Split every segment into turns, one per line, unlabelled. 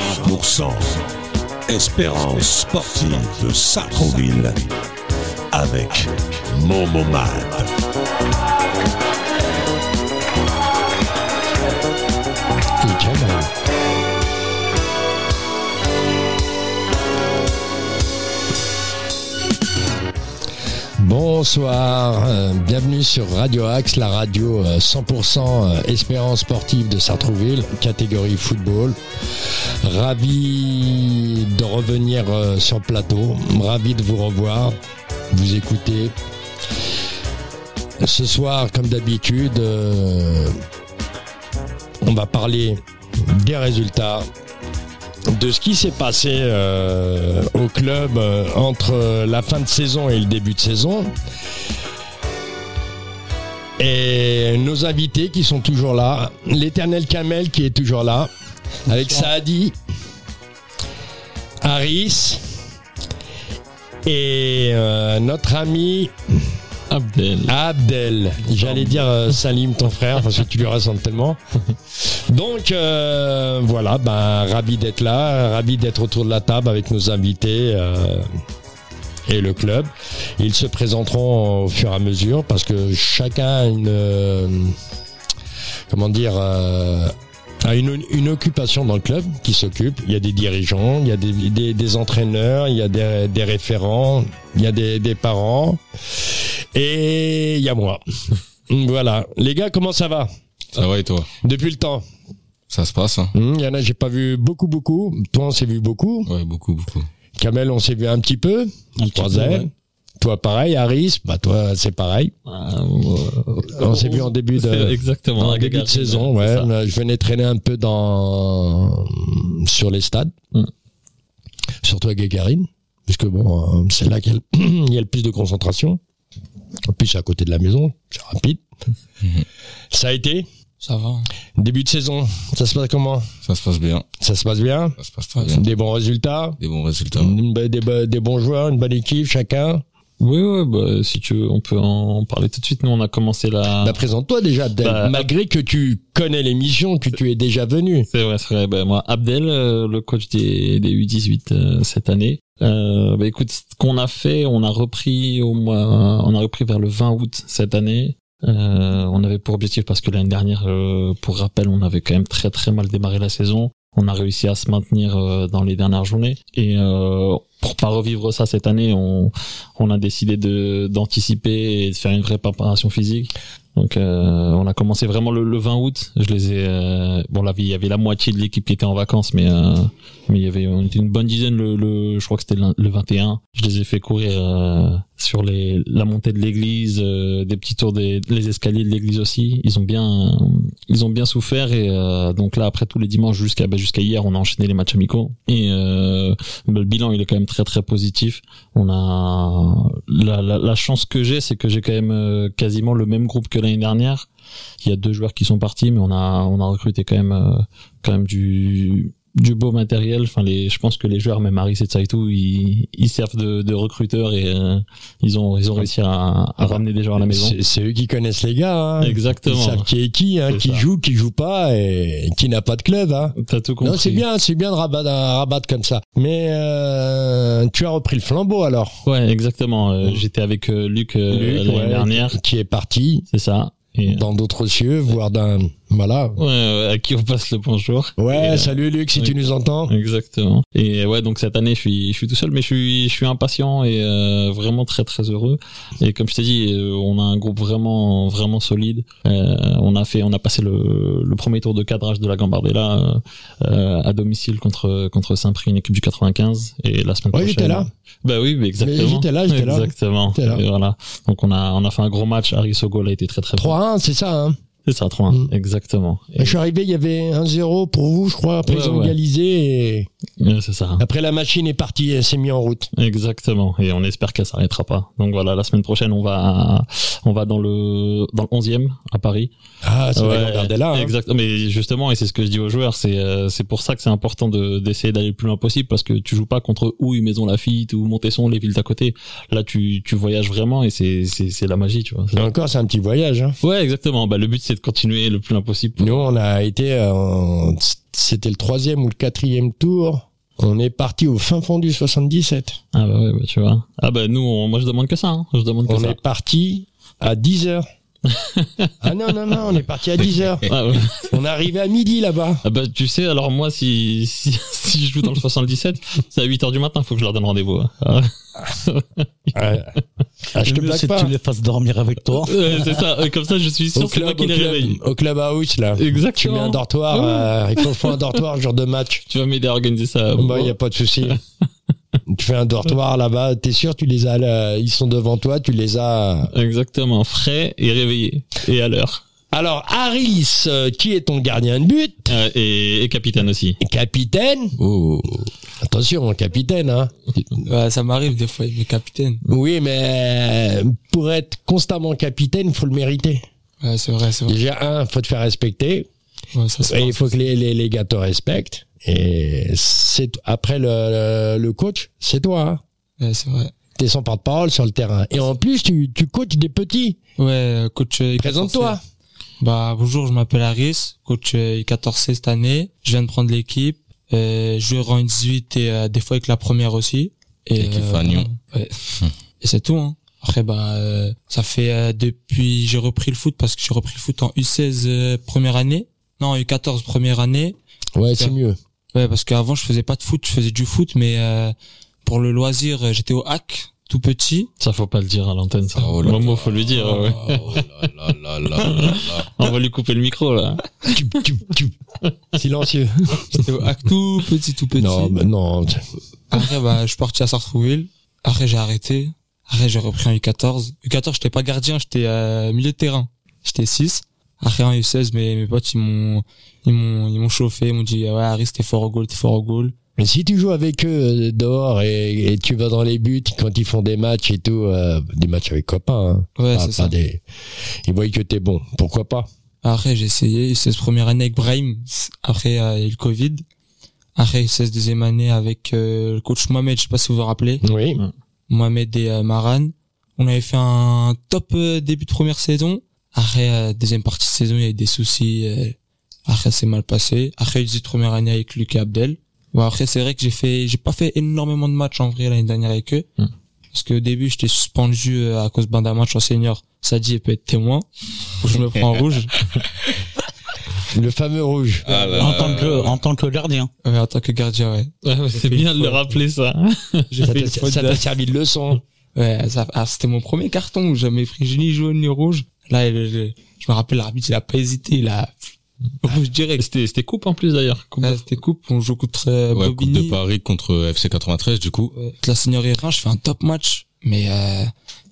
100%. Espérance sportive de Sacroville avec Momomad.
Bonsoir, euh, bienvenue sur Radio Axe, la radio euh, 100% euh, espérance sportive de Sartrouville, catégorie football. Ravi de revenir euh, sur le plateau, ravi de vous revoir, vous écouter. Ce soir, comme d'habitude, euh, on va parler des résultats de ce qui s'est passé euh, au club euh, entre la fin de saison et le début de saison. Et nos invités qui sont toujours là, l'éternel Kamel qui est toujours là, avec Saadi, Harris et euh, notre ami
Abdel.
Abdel. J'allais dire euh, Salim, ton frère, parce que tu lui ressembles tellement. Donc euh, voilà, ben ravi d'être là, ravi d'être autour de la table avec nos invités. euh, et le club, ils se présenteront au fur et à mesure parce que chacun a une euh, comment dire euh, a une, une occupation dans le club qui s'occupe. Il y a des dirigeants, il y a des, des, des entraîneurs, il y a des, des référents, il y a des, des parents. Et il y a moi. voilà. Les gars, comment ça va
Ça va et toi
Depuis le temps
Ça se passe hein
Hmm, Il y en a, j'ai pas vu beaucoup, beaucoup. Toi, on s'est vu beaucoup.
Ouais, beaucoup, beaucoup.
Kamel, on s'est vu un petit peu.
Un petit peu,
Troisième.
ouais.
Toi, pareil. Harris, bah toi, c'est pareil. On s'est vu en début
Ah, C'est
de...
Exactement.
En
un
début de
gars-
saison,
c'est
ouais,
ça.
je venais traîner un peu dans sur les stades,
Hmm.
surtout à Gagarine, puisque bon, euh, c'est là qu'il y a le- il y a le plus de concentration. En plus, c'est à côté de la maison, c'est rapide. Ça a été
Ça
hein.
va.
début de saison. Ça se passe comment
Ça se passe bien.
Ça se passe bien.
Ça se passe très bien.
Des bons résultats,
Des bons résultats.
une bo- des, bo- des bons joueurs, une bonne équipe chacun.
Oui, oui, bah, si tu veux, on peut en parler tout de suite. Nous, on a commencé la.
Bah, présente-toi déjà, Abdel.
Ah. Bah,
malgré que tu connais l'émission, que tu es déjà venu.
C'est vrai, c'est vrai. Ben, moi, Abdel, euh, le coach des, des U18 euh, cette année. Euh, ben, écoute, ce qu'on a fait, on a repris au mois, on a repris vers le 20 août cette année. Euh, on avait pour objectif parce que l'année dernière, euh, pour rappel, on avait quand même très très mal démarré la saison. On a réussi à se maintenir euh, dans les dernières journées et euh, pour pas revivre ça cette année, on, on a décidé de d'anticiper et de faire une vraie préparation physique. Donc euh, on a commencé vraiment le, le 20 août. Je les ai euh, bon là il y avait la moitié de l'équipe qui était en vacances, mais euh, mais il y avait on était une bonne dizaine le, le- je crois que c'était le, le 21. Je les ai fait courir euh, sur les la montée de l'église, euh, des petits tours des les escaliers de l'église aussi. Ils ont bien ils ont bien souffert et euh, donc là après tous les dimanches jusqu'à bah, jusqu'à hier on a enchaîné les matchs amicaux et euh, bah, le bilan il est quand même très très positif. On a la, la, la chance que j'ai, c'est que j'ai quand même euh, quasiment le même groupe que l'année dernière. Il y a deux joueurs qui sont partis, mais on a on a recruté quand même euh, quand même du du beau matériel. Enfin, les, je pense que les joueurs, même Harris et Tsaitou, ils, ils servent de, de recruteurs et euh, ils ont ils ont réussi à, à ramener des joueurs à la maison.
C'est c'est eux qui connaissent les gars. hein. Ils
Exactement.
savent qui est qui, hein,
C'est
qui
ça.
joue, qui joue pas et qui n'a pas de club. Hein.
T'as tout compris.
Non, c'est bien, c'est bien de rabattre, de rabattre comme ça. Mais euh, tu as repris le flambeau alors,
Ouais, exactement. Euh, J'étais avec euh, Luc, euh,
Luc,
l'année
ouais.
dernière.
qui est parti
C'est ça. Et,
dans d'autres cieux, voire d'un voilà.
ouais, ouais, à qui on passe le bonjour.
Ouais,
Et, euh,
salut Luc, si
oui.
tu nous entends.
Exactement. Et ouais, donc cette année, je suis, je suis tout seul, mais je suis, je suis impatient et euh, vraiment très très heureux. Et comme je t'ai dit, euh, on a un groupe vraiment vraiment solide. Euh, on a fait, on a passé le, le premier tour de cadrage de la Gambardella euh, euh, à domicile contre contre Saint-Prix, une équipe du 95. Et la semaine
Ouais,
prochaine.
j'étais là.
Bah oui, mais exactement.
Mais j'étais là, j'étais là.
Exactement.
J'étais là.
Et voilà. Donc on a on a fait un gros match. Harris au goal a été très très bon.
3-1, c'est ça. Hein.
C'est ça, 3
Mm.
Exactement. Et,
Je suis arrivé, il y avait 1-0 pour vous, je crois. Après,
Ouais,
ils ont
ouais.
égalisé et
euh, c'est ça.
après, la machine est partie et s'est mise en route.
Exactement. Et on espère qu'elle s'arrêtera pas. Donc voilà, la semaine prochaine, on va, on va dans le, dans le 11e à Paris.
Ah, c'est
Ouais,
la Gambardella. Hein.
Exact. Mais justement, et c'est ce que je dis aux joueurs, c'est, euh, c'est pour ça que c'est important de, d'essayer d'aller le plus loin possible parce que tu joues pas contre Houille, Maison Lafitte ou Montesson, les villes d'à côté. Là, tu, tu voyages vraiment et c'est, c'est, c'est la magie, tu vois.
Et encore, c'est un petit voyage. Hein.
Ouais, exactement. Bah, le but, c'est de continuer le plus loin possible.
Nous, on a été, euh, en- c'était le troisième ou le quatrième tour. On est parti au fin fond du 77.
Ah bah ouais, bah tu vois. Ah bah nous, on- moi je demande que ça. hein. Je demande que
On
ça.
est parti à 10 heures. ah non, non, non, on est parti à 10 heures.
Ah, ouais.
On est arrivé à midi là-bas.
Ah bah tu sais, alors moi si, si, si je joue dans le 77, c'est à 8h du matin, faut que je leur donne rendez-vous. hein. Ah.
Ouais. Ah, je
Le
te
mieux,
blague
c'est que
pas.
tu les fasses dormir avec toi.
Ouais, c'est ça, Euh, comme ça je suis
Au
sûr que c'est moi
club, au
qui les
club,
réveille.
au club house là.
Exactement.
Tu mets un dortoir, euh, il faut faire un dortoir le jour de match.
Tu vas m'aider à organiser ça.
Bah, y a pas de souci. tu fais un dortoir là-bas, t'es sûr, tu les as, là, ils sont devant toi, tu les as.
Exactement, frais et réveillé et à l'heure.
Alors, Harris, euh, qui est ton gardien de but?
Euh, et, et capitaine aussi.
Capitaine?
Oh.
Attention, capitaine, hein.
Ouais, Bah, ça m'arrive des fois, mais capitaine.
Oui, mais pour être constamment capitaine, faut le mériter.
Ouais, c'est vrai, c'est vrai.
Déjà, un, faut te faire respecter.
Ouais, ça se
Et il
passe.
faut que les, les, les gars te respectent. Et c'est après le, le, le coach, c'est toi. Hein.
Ouais, c'est vrai.
T'es sans porte-parole sur le terrain. Et en plus, tu, tu coaches des petits.
Ouais, coach. euh,
Présente-toi.
Bah bonjour, je m'appelle Aris, coach euh, I14C cette année. Je viens de prendre l'équipe. Euh, je joue en 18 et euh, des fois avec la première aussi. Et euh,
L'équipe Fagnon.
ouais. Et c'est tout. Hein. Après bah euh, ça fait euh, depuis j'ai repris le foot parce que j'ai repris le foot en U16 euh, première année. Non U14 première année.
Ouais,
c'est
c'est mieux.
Ouais parce qu'avant je faisais pas de foot, je faisais du foot mais euh, pour le loisir euh, j'étais au hack tout petit. Euh,
Ça faut pas le dire à l'antenne ça.
Oh là
Momo faut lui dire. Ah ouais.
Oh là là là là là là.
On va lui couper le micro là.
Tup, tup, tup. Silencieux.
J'étais au hack tout petit tout petit.
Non, mais non.
Après, bah, je suis parti à Sartrouville. Après, j'ai arrêté. Après, j'ai repris en U14. U14, j'étais pas gardien, j'étais euh, milieu de terrain. J'étais 6. Après, en U16, mes, mes potes, ils m'ont, ils m'ont, ils m'ont chauffé. Ils m'ont dit, ouais, Harris, t'es fort au goal, t'es fort au goal.
Mais si tu joues avec eux euh, dehors et, et tu vas dans les buts quand ils font des matchs et tout, euh, des matchs avec copains, hein.
Ouais,
Pas-
c'est
pas
ça.
des- ils voient que t'es bon. Pourquoi pas
Après, j'ai essayé. U16 première année avec Brahim. Après, euh, il y a eu le Covid. Après, U16 deuxième année avec euh, le coach Mohamed, je sais pas si vous vous rappelez.
Oui.
Mohamed et euh, Maran. On avait fait un top euh, début de première saison. Après, euh, deuxième partie de saison, il y a eu des soucis. euh, après, c'est mal passé. Après, j'ai eu première année avec Luc et Abdel. Bon, après, c'est vrai que j'ai fait, j'ai pas fait énormément de matchs en vrai l'année dernière avec eux.
Mm.
Parce qu'au début, j'étais suspendu euh, à cause ben, d'un match en senior. Sadi, elle peut être témoin. Où je me prends en rouge.
Le fameux rouge.
Ah là
En
là
tant
là
que,
là.
en tant que gardien.
Ouais, en tant que gardien, ouais.
c'est bien de le rappeler ça.
J'ai
Ça
fait
t'a
une faute
ça
de-
t'a servi de leçon.
Ouais, ça, ah, c'était mon premier carton où j'avais pris ni jaune ni rouge. Là, il- il- je me rappelle, l'arbitre, il a pas hésité, il a rouge direct.
C'était c'était coupe en plus d'ailleurs. Coupe.
Là, c'était coupe, on joue contre euh,
Euh, Ouais, Coupe de
Bobigny.
Paris contre FC 93 du coup.
Ouais, contre la seigneurie Rhin, je fais un top match, mais euh,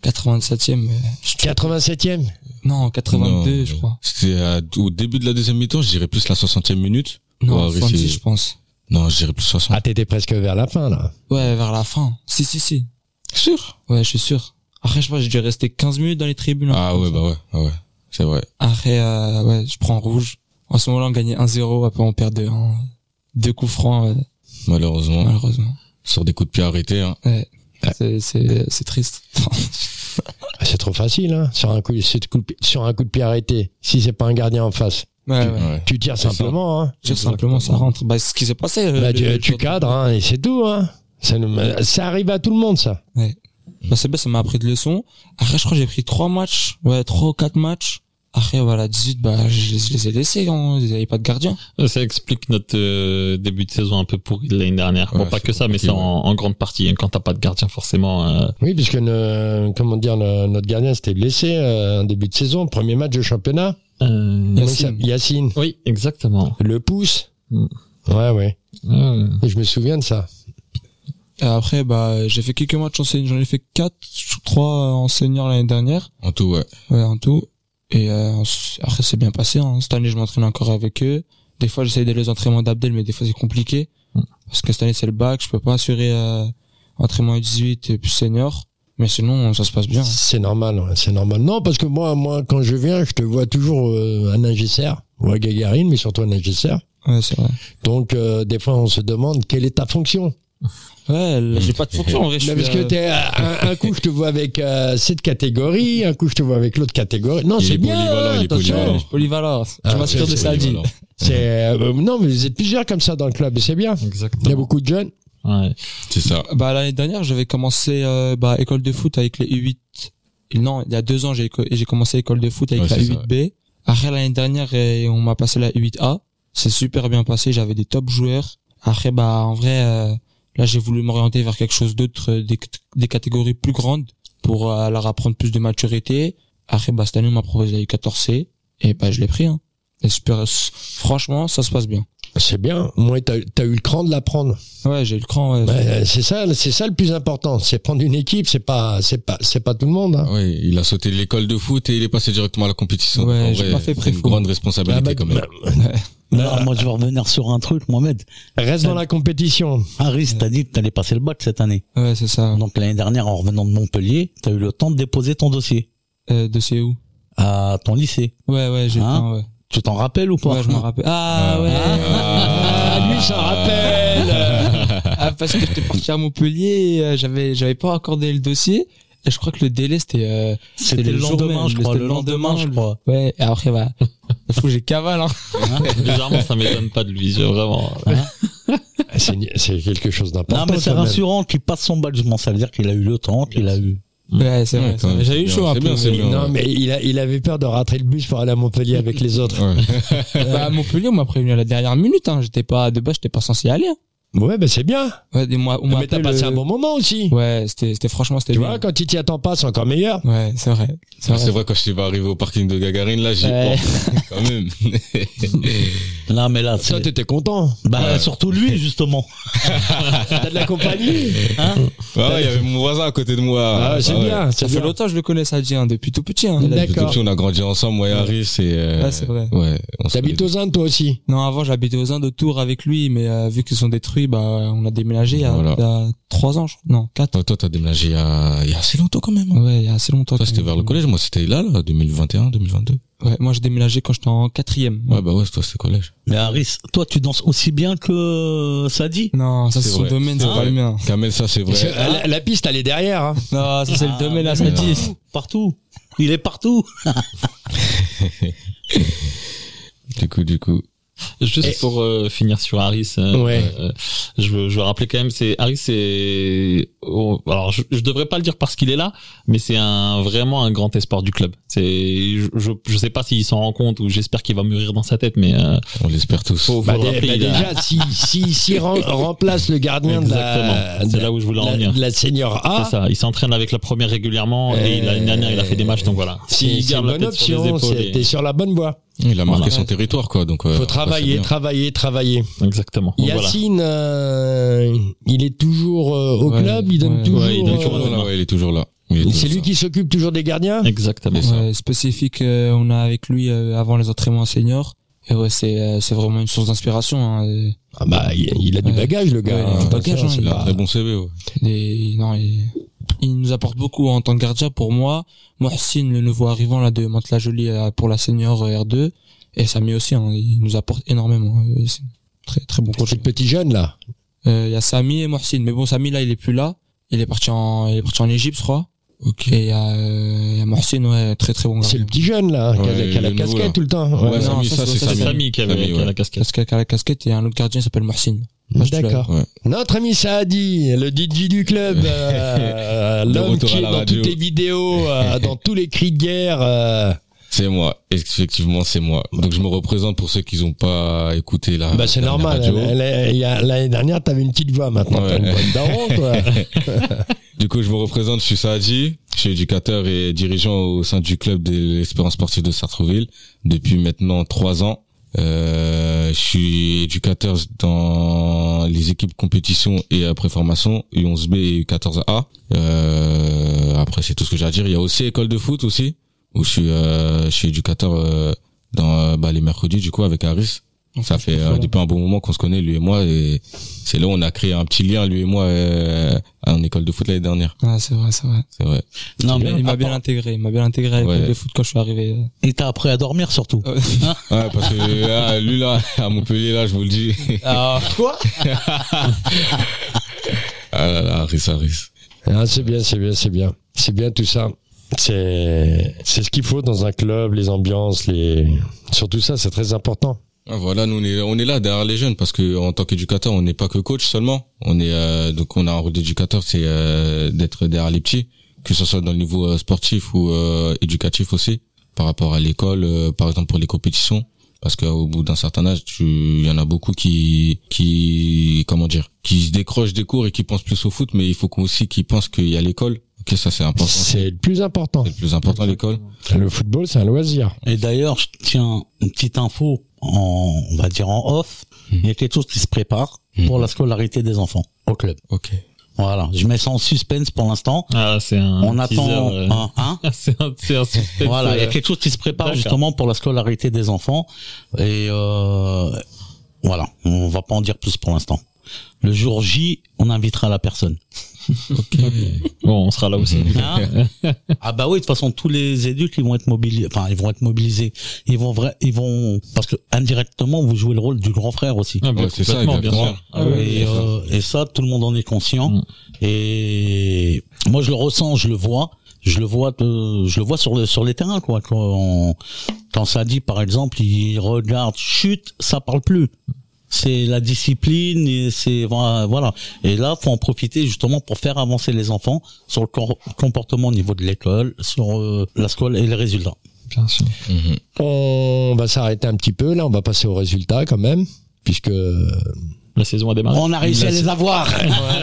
87e, euh, je-
87e.
non, 82,
Non,
je crois.
C'était à- au début de la deuxième mi-temps, je dirais plus la 60e minute.
Non,
Ouais,
70,
c'est-
je pense.
Non, je dirais plus 60.
Ah, t'étais presque vers la fin, là.
Ouais, vers la fin. Si, si, si.
sûr
Ouais, je suis sûr. Après, je crois que j'ai dû rester 15 minutes dans les tribunes. hein.
Ah ouais, bah ouais, ah ouais. C'est vrai.
Après, euh, ouais, je prends rouge. En ce moment-là, on gagnait 1-0, après on perd 2-1. Deux coups francs, euh,
Malheureusement,
malheureusement.
sur des coups de pied arrêtés. Hein.
C'est- C'est c'est triste.
Ah, C'est trop facile, hein. Sur un coup, c'est de coup de pi- sur un coup de pied arrêté, si c'est pas un gardien en face,
ouais,
Ouais.
tu tires
C'est ça.
simplement, hein.
Tout simplement, ça rentre. Bah, c'est ce qui s'est passé. euh,
Bah,
le-
tu,
le
tu
jour de-
cadres, hein, et c'est tout, hein. Ça, ne- ça arrive à tout le monde, ça.
Bah, c'est bien, ça m'a appris de leçons. Après, je crois que j'ai pris trois matchs. Ouais, trois ou quatre matchs. Après, voilà, 18, bah, je, les- je les ai laissés. hein. Ils n'avaient pas de gardien.
Ça explique notre euh, début de saison un peu pourri de l'année dernière. bon,
Ouais,
pas
c'est
que ça, mais
compliqué,
c'est en, en grande partie. hein, Quand t'as pas de gardien, forcément. euh,
Oui, puisque, ne- comment dire, ne- notre gardien s'était blessé, euh, en début de saison, premier match de championnat.
euh,
Comment il
Yacine.
s'appelle Yacine.
Oui, exactement.
Le pouce.
Mm.
Ouais, ouais.
Euh,
Je me souviens de ça.
Et après, bah, j'ai fait quelques matchs en senior. J'en ai fait quatre, trois en senior l'année dernière.
En tout, ouais.
Ouais, en tout. Et euh, s- après, c'est bien passé. Hein. Cette année, je m'entraîne encore avec eux. Des fois, j'essaie d'aller aux entraînements d'Abdel, mais des fois, c'est compliqué.
Mm.
Parce que cette année, c'est le bac. Je peux pas assurer euh, entraînement 18 et puis senior. Mais sinon, ça se passe bien.
C'est normal, ouais, c'est normal. Non, parce que moi, moi, quand je viens, je te vois toujours euh, à Ningesser, ou à Gagarine, mais surtout à Ningesser.
hein. Ouais, c'est vrai.
Donc, euh, des fois, on se demande quelle est ta fonction.
Ouais,
Mm.
là, j'ai pas de fonction en vrai. je
Mais
suis,
parce que
euh,
t'es, euh, un, un coup, je te vois avec euh, cette catégorie, un coup, je te vois avec l'autre catégorie. Non,
Il
c'est
est
bien,
polyvalent, il est
attention.
polyvalent.
polyvalent.
Ah,
tu m'aspires de
c'est
Saadi.
Polyvalent.
C'est euh, non, mais vous êtes plusieurs comme ça dans le club et c'est bien. Il y a
Exactement.
beaucoup de jeunes.
Ouais.
C'est ça.
Bah l'année dernière, j'avais commencé euh, bah, école de foot avec les U8. Et Non, il y a deux ans, j'ai co- j'ai commencé école de foot avec
Ouais,
la
c'est ça,
U8B. Après l'année dernière, eh, on m'a passé la U8A. C'est super bien passé. J'avais des top joueurs. Après, bah en vrai, euh, là, j'ai voulu m'orienter vers quelque chose d'autre, euh, des, cat- des catégories plus grandes pour euh, leur apprendre plus de maturité. Après, bah cette année, on m'a proposé la U14C et bah je l'ai pris. Hein. Et super, franchement, ça se passe bien.
C'est bien. Moi, t'as t'as eu le cran de l'apprendre.
Ouais, j'ai eu le cran. ouais.
Ouais, c'est ça, c'est ça le plus important. C'est prendre une équipe. C'est pas, c'est pas, c'est pas tout le monde. hein.
Oui, il a sauté de l'école de foot et il est passé directement à la compétition.
Ouais,
En
j'ai
vrai,
pas fait
c'est
préfo.
Une grande
Ah,
responsabilité
bah,
quand même.
bah,
Alors, ah, moi, je vais revenir sur un truc, Mohamed.
reste dans la compétition.
Harris, t'as dit que t'allais passer le bac cette année.
Ouais, c'est ça.
Donc, l'année dernière, en revenant de Montpellier, t'as eu le temps de déposer ton dossier
Euh, de c'est où
à ton lycée.
Ouais, ouais, j'ai eu le
Hein
temps, ouais.
Tu t'en rappelles ou pas
Ouais, je m'en rappelle. Ah ouais.
Ah, lui, ça
bah,
euh,
rappelle.
Ah, parce que j'étais parti à Montpellier, et, euh, j'avais j'avais pas accordé le dossier. Et je crois que le délai c'était euh,
C'était le
jour
lendemain,
même,
je crois.
c'était
Le lendemain, je crois.
ouais. Et après bah, le fou j'ai cavale hein.
Bizarrement, ça m'étonne pas de lui, c'est vraiment.
c'est, c'est quelque chose
Non,
d'important.
mais c'est
quand même.
rassurant qu'il passe son bac. Ça veut dire qu'il a eu le temps, qu'il a eu.
Ouais, c'est vrai.
Ouais, quand même,
J'ai eu
c'est
chaud
bien,
un
c'est
peu.
bien, c'est
mais-
bien.
Non, mais il, a, il avait peur de rater le bus pour aller à Montpellier avec les autres.
Ouais.
Bah, à Montpellier, on m'a prévenu à la dernière minute hein. J'étais pas de base, j'étais pas censé y aller. hein.
Ouais, ben c'est bien.
Ouais, des mois, on m'a
mais t'as
appelé
passé
le-
un bon moment aussi.
euh, Ouais, c'était c'était franchement c'était
Tu
bien.
vois, quand tu t'y attends pas, c'est encore meilleur.
Ouais, c'est vrai. C'est
Ah,
C'est
vrai.
vrai, quand je suis arrivé au parking de Gagarine, là, j'ai
Ouais.
oh, quand même.
Non, mais là,
Toi,
c'est.
t'étais content.
Bah, surtout lui, justement.
T'as de la compagnie.
Ah ouais, il y avait mon voisin à côté de moi.
Ah, c'est
Ah ouais.
bien.
Ça
C'est
fait
bien.
longtemps que je le connais, ça dit, hein, depuis tout petit. Hein.
D'accord.
Depuis tout petit, on a grandi ensemble, moi et Harry, c'est, euh,
Ouais, c'est vrai.
Ouais. on se
T'habites
connaît.
aux Indes, toi aussi.
Non, avant j'habitais aux Indes de Tours avec lui, mais euh, vu qu'ils sont détruits, bah on a déménagé il y a,
Voilà.
il y a trois ans, je crois. Non, quatre.
Toi, toi, t'as déménagé il y a, il y a assez longtemps quand même. hein.
Ouais, il y a assez longtemps.
Toi, c'était vers le collège, moi, c'était là, là, 2021, 2022.
Ouais, moi j'ai déménagé quand j'étais en quatrième.
Ouais, bah ouais, toi, c'était collège.
Mais Harris, toi, tu danses aussi bien que euh, Sadi
Non, ça
C'est
c'est son
vrai,
domaine,
c'est
c'est pas
vrai.
le mien.
Kamel, ça, c'est
Parce que,
vrai.
euh, la, la piste, elle est derrière. hein.
Non, ça c'est
Ah,
le domaine à
mais
Sadi.
partout, Partout. Il est partout.
Du coup, du coup.
Juste
Et-
pour euh, finir sur Harris, euh,
Ouais.
euh, je, veux, je veux rappeler quand même, c'est Harris, c'est oh, alors je, je devrais pas le dire parce qu'il est là, mais c'est un vraiment un grand espoir du club. C'est je, je je sais pas s'il s'en rend compte ou j'espère qu'il va mûrir dans sa tête, mais euh,
On l'espère tous.
faut, faut
Bah,
le
dé-
rappeler.
bah,
il a-
déjà, si, si, si rem- remplace le gardien de la,
Exactement. C'est là où je voulais en
de la-
venir.
de la senior
C'est
A,
ça. Il s'entraîne avec la première régulièrement et
Euh,
l'année dernière il a fait des matchs, donc voilà.
si
il
c'est
garde
une
la
bonne
tête sur les
option,
épaules.
c'est-
et-
t'es sur la bonne voie.
Il a marqué
Voilà.
son territoire, quoi, donc, euh,
Faut
après, c'est
travailler,
bien.
travailler, travailler.
Exactement. Donc, voilà.
Yacine, euh, il est toujours euh, au
Ouais,
club, il donne
ouais.
toujours.
Ouais, il donne toujours
euh,
la
Voilà, ouais, il est toujours là. Il est
c'est
toujours
lui
là.
qui s'occupe toujours des gardiens.
Exactement.
C'est ça.
Ouais, spécifique, euh, on a avec lui euh, avant les entraînements seniors. Et ouais, c'est euh, c'est vraiment une source d'inspiration. Hein. Et-
Ah bah, il, il a du
Ouais.
bagage, le gars.
Ouais, il a du
Ça,
bagage,
c'est
hein, il
Il a
pas-
un très bon CV, ouais.
et- non, et- il nous apporte beaucoup en tant que gardien pour moi. Moi, Sin, le nouveau arrivant là de Mantes-la-Jolie euh, pour la senior euh, R2. Et Samy aussi, hein, il nous apporte énormément. euh, c'est très très bon coach.
C'est le petit jeune là.
Euh, Il y a Samy et Mohsin. Mais bon, Samy, là, il est plus là. Il est parti en, il est parti en Égypte, je crois. Ok. Et il y a, euh, il y a Mohsin, ouais, très très bon gars.
C'est le petit jeune là, qui a,
Ouais,
qui a la
le nouveau,
casquette
là.
tout le temps. Ouais.
Ouais,
non,
Samy,
ça,
ça,
c'est-
c'est
ça, c'est
C'est
Sami.
Sami qui avait-
Sami,
qui a
ouais.
la casquette.
Casquette à la casquette. Et un autre gardien qui s'appelle Mohsin. Ouais, je te
D'accord.
l'avais. Ouais.
Notre ami Saadi, le DJ du club, euh,
De
l'homme
retour
qui
à
est
la
dans
radio.
toutes les vidéos, euh, dans tous les cris de guerre. euh,
C'est moi, effectivement, c'est moi. Donc je me représente pour ceux qui n'ont pas écouté la.
bah c'est
Ah, la
normal.
radio.
Elle- elle- il y a- L'année dernière, t'avais une petite voix. Maintenant, t'as
Ouais.
une voix de daron, quoi.
Du coup, je me représente, je suis Saadi, je suis éducateur et dirigeant au sein du club de l'Espérance sportive de Sartrouville depuis maintenant trois ans. Euh, je suis éducateur dans les équipes compétition et après formation U11B et U14A. Euh, après, c'est tout ce que j'ai à dire. Il y a aussi école de foot aussi où je suis, euh, je suis éducateur euh, dans euh, bah, les mercredis du coup avec Harris. Ça fait euh, depuis un bon moment qu'on se connaît lui et moi et c'est là où on a créé un petit lien lui et moi euh, en école de foot l'année dernière.
Ah, c'est vrai, c'est vrai.
C'est vrai.
Non, mais
Il m'a bien intégré. Il m'a bien intégré à l'école
Ouais.
de foot quand je suis arrivé. euh.
il t'a appris à dormir surtout.
Ouais parce que euh, lui là à Montpellier là je vous le dis.
Ah, quoi?
Ah là là Harris Harris.
Ah, c'est bien, c'est bien, c'est bien. C'est bien tout ça. C'est c'est ce qu'il faut dans un club, les ambiances, les surtout ça, c'est très important.
Ah, Voilà, nous on est, on est là derrière les jeunes parce que en tant qu'éducateur, on n'est pas que coach seulement. On est euh, donc on a un rôle d'éducateur, c'est euh, d'être derrière les petits, que ce soit dans le niveau euh, sportif ou euh, éducatif aussi, par rapport à l'école, euh, par exemple pour les compétitions, parce qu'au bout d'un certain âge, tu, il y en a beaucoup qui, qui, comment dire, qui se décrochent des cours et qui pensent plus au foot, mais il faut qu'on- aussi qu'ils pensent qu'il y a l'école. Ok, ça c'est important. C'est
C'est le plus important.
le plus important l'école.
Le football, c'est un loisir.
Et d'ailleurs, je tiens une petite info, en, on va dire en off.
Mhm.
Il y a quelque chose qui se prépare pour la scolarité des enfants au club.
Ok.
Voilà, je mets ça en suspense pour l'instant.
Ah, c'est un.
on
teaser,
attend
euh,
un, un.
c'est un, c'est un suspense,
Voilà, il y a
euh,
quelque chose qui se prépare
D'accord.
justement pour la scolarité des enfants. Et euh, voilà, on va pas en dire plus pour l'instant. Le jour J, on invitera la personne.
Bon, on sera là aussi.
Hein ah bah oui, de toute façon, tous les éducs, ils vont être mobilisés. Enfin, ils vont être mobilisés. Ils vont vrai, ils vont parce que indirectement, vous jouez le rôle du grand frère aussi.
Ah, bien,
Ouais, c'est ça,
complètement, bien
exactement.
sûr. Ah, ouais.
et, euh, et ça, tout le monde en est conscient.
Mm.
Et moi, je le ressens, je le vois, je le vois, de- je le vois sur le, sur les terrains, quoi. Quand, quand ça dit, par exemple, il regarde, chute, ça parle plus. C'est la discipline, et c'est voilà. Et là, faut en profiter justement pour faire avancer les enfants sur le cor- comportement au niveau de l'école, sur euh, la scolaire et les résultats.
Bien sûr.
Mhm.
On va s'arrêter un petit peu. Là, on va passer aux résultats quand même, puisque
La saison a démarré.
On a réussi à les avoir.